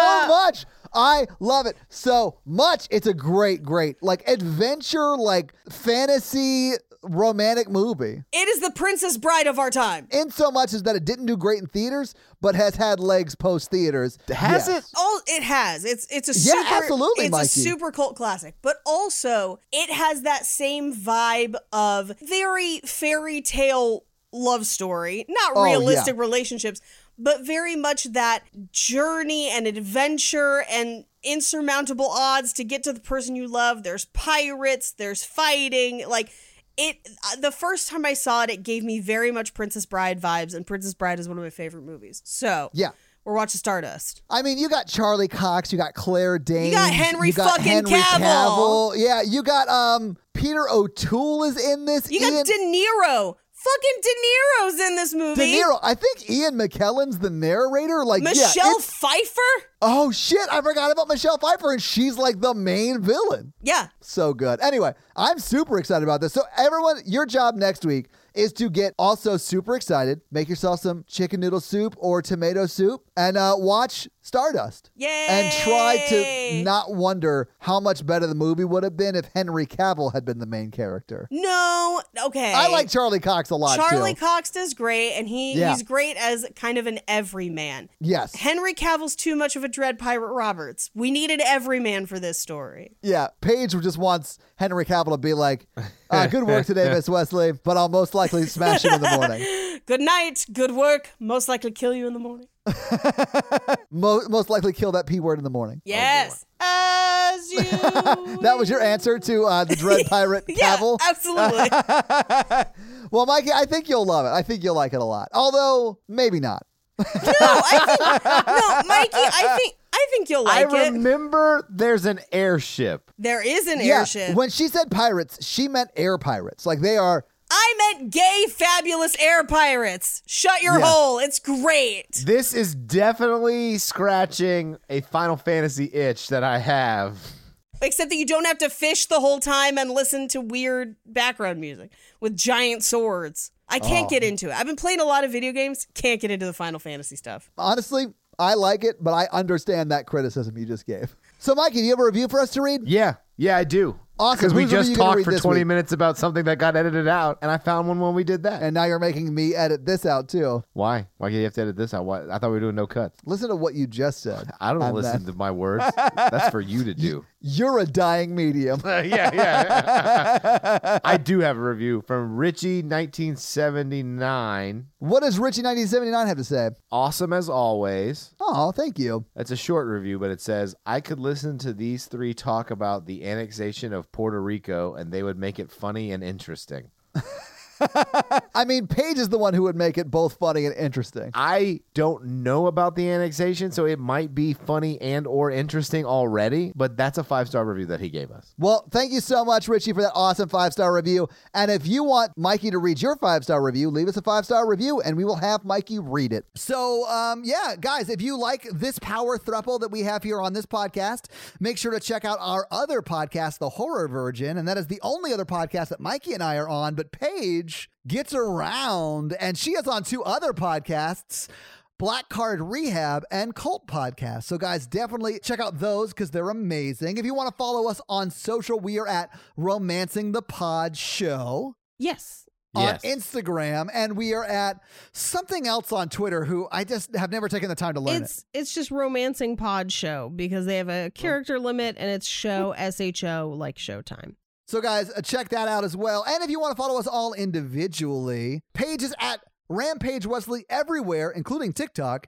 F: Stardust so much! I love it so much. It's a great, great, like adventure, like fantasy, romantic movie.
D: It is the Princess Bride of our time.
F: In so much as that it didn't do great in theaters, but has had legs post theaters.
E: Has
F: Yes.
E: it?
D: all it has it's it's a
F: Yeah,
D: super,
F: absolutely,
D: it's
F: Mikey.
D: a super cult classic but also it has that same vibe of very fairy tale love story not
F: Oh, yeah.
D: realistic relationships but very much that journey and adventure and insurmountable odds to get to the person you love there's pirates there's fighting like it uh, the first time i saw it it gave me very much princess bride vibes and princess bride is one of my favorite movies so
F: Yeah.
D: we're watching stardust
F: I mean, you got Charlie Cox, you got Claire Danes,
D: got Henry
F: you got
D: fucking
F: Henry
D: Cavill.
F: Cavill. Yeah, you got um Peter O'Toole is in this.
D: You got
F: Ian,
D: De Niro. Fucking De Niro's in this movie.
F: De Niro. I think Ian McKellen's the narrator. Like yeah,
D: Michelle
F: it's-
D: Pfeiffer.
F: oh shit, I forgot about Michelle Pfeiffer, and she's like the main villain.
D: Yeah.
F: So good. Anyway, I'm super excited about this. So everyone, your job next week is to get also super excited. Make yourself some chicken noodle soup or tomato soup, and uh, watch Stardust.
D: Yay!
F: and try to not wonder how much better the movie would have been if Henry Cavill had been the main character.
D: No. Okay.
F: I like Charlie Cox a lot
D: Charlie
F: too.
D: Cox does great, and he
F: Yeah.
D: he's great as kind of an everyman.
F: yes.
D: Henry Cavill's too much of a dread pirate Roberts. We needed everyman for this story.
F: yeah. Paige just wants Henry Cavill to be like, uh, "Good work today, Miss Wesley," but I'll most likely smash you in the morning.
D: Good night. Good work. Most likely kill you in the
F: Oh,
D: morning.
F: Mo- most likely kill that p word in the morning.
D: Yes. As you.
F: That was your answer to uh, the Dread Pirate
D: yeah,
F: Cavill.
D: absolutely.
F: well, Mikey, I think you'll love it. I think you'll like it a lot. Although maybe not.
D: No, I think no, Mikey. I think I think you'll like
E: I
D: it.
E: remember there's an airship.
D: There is an
F: Yeah,
D: airship.
F: When she said pirates, she meant air pirates. Like they are
D: I meant gay, fabulous air pirates. Shut your
F: Yeah.
D: hole. It's great.
E: This is definitely scratching a Final Fantasy itch that I have.
D: Except that you don't have to fish the whole time and listen to weird background music with giant swords. I can't get into it. I've been playing a lot of video games. Can't get into the Final Fantasy stuff.
F: honestly, I like it, but I understand that criticism you just gave. So, Mikey, do you have a review for us to read?
E: Yeah, yeah, I do.
F: Awesome.
E: Because we
F: Whose review
E: just
F: you gonna
E: talked
F: read
E: for
F: this
E: 20
F: week?
E: minutes about something that got edited out, and I found one when we did that.
F: And now you're making me edit this out too.
E: Why? Why do you have to edit this out? Why? I thought we were doing no cuts.
F: Listen to what you just said.
E: I don't
F: I'm
E: listen
F: not-
E: to my words. That's for you to do.
F: You're a dying medium.
E: yeah, yeah. I do have a review from Richie 1979.
F: What does Richie 1979 have to say?
E: Awesome as always.
F: Oh, thank you.
E: It's a short review, but it says I could listen to these three talk about the annexation of Puerto Rico, and they would make it funny and interesting.
F: I mean, Paige is the one who would make it both funny and interesting.
E: I don't know about the annexation, so it might be funny and or interesting already. But that's a five star review that he gave us.
F: Well, thank you so much, Richie, for that awesome five star review. And if you want Mikey to read your five star review, leave us a five star review and we will have Mikey read it. So, um, yeah, guys, if you like this power thruple that we have here on this podcast, make sure to check out our other podcast, The Horror Virgin. And that is the only other podcast that Mikey and I are on. But Paige gets around and she is on two other podcasts. Black Card Rehab, and Cult Podcast. So, guys, definitely check out those because they're amazing. If you want to follow us on social, we are at Romancing the Pod Show
D: Yes.
F: on Instagram, and we are at something else on Twitter. Who I just have never taken the time to learn
D: It's it's just romancing pod show because they have a character limit and it's show S H O like Showtime.
F: it. So, guys, uh, check that out as well. And if you want to follow us all individually, Paige is at Rampage Wesley everywhere, including TikTok.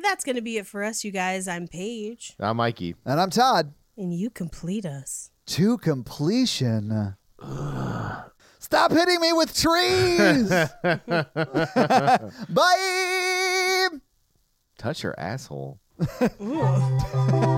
D: That's gonna be it for us, you guys. I'm Paige,
E: Now, Mikey,
F: And I'm Todd.
D: and you complete us.
F: to completion. Stop hitting me with trees. Bye.
E: touch your asshole.
D: Ooh.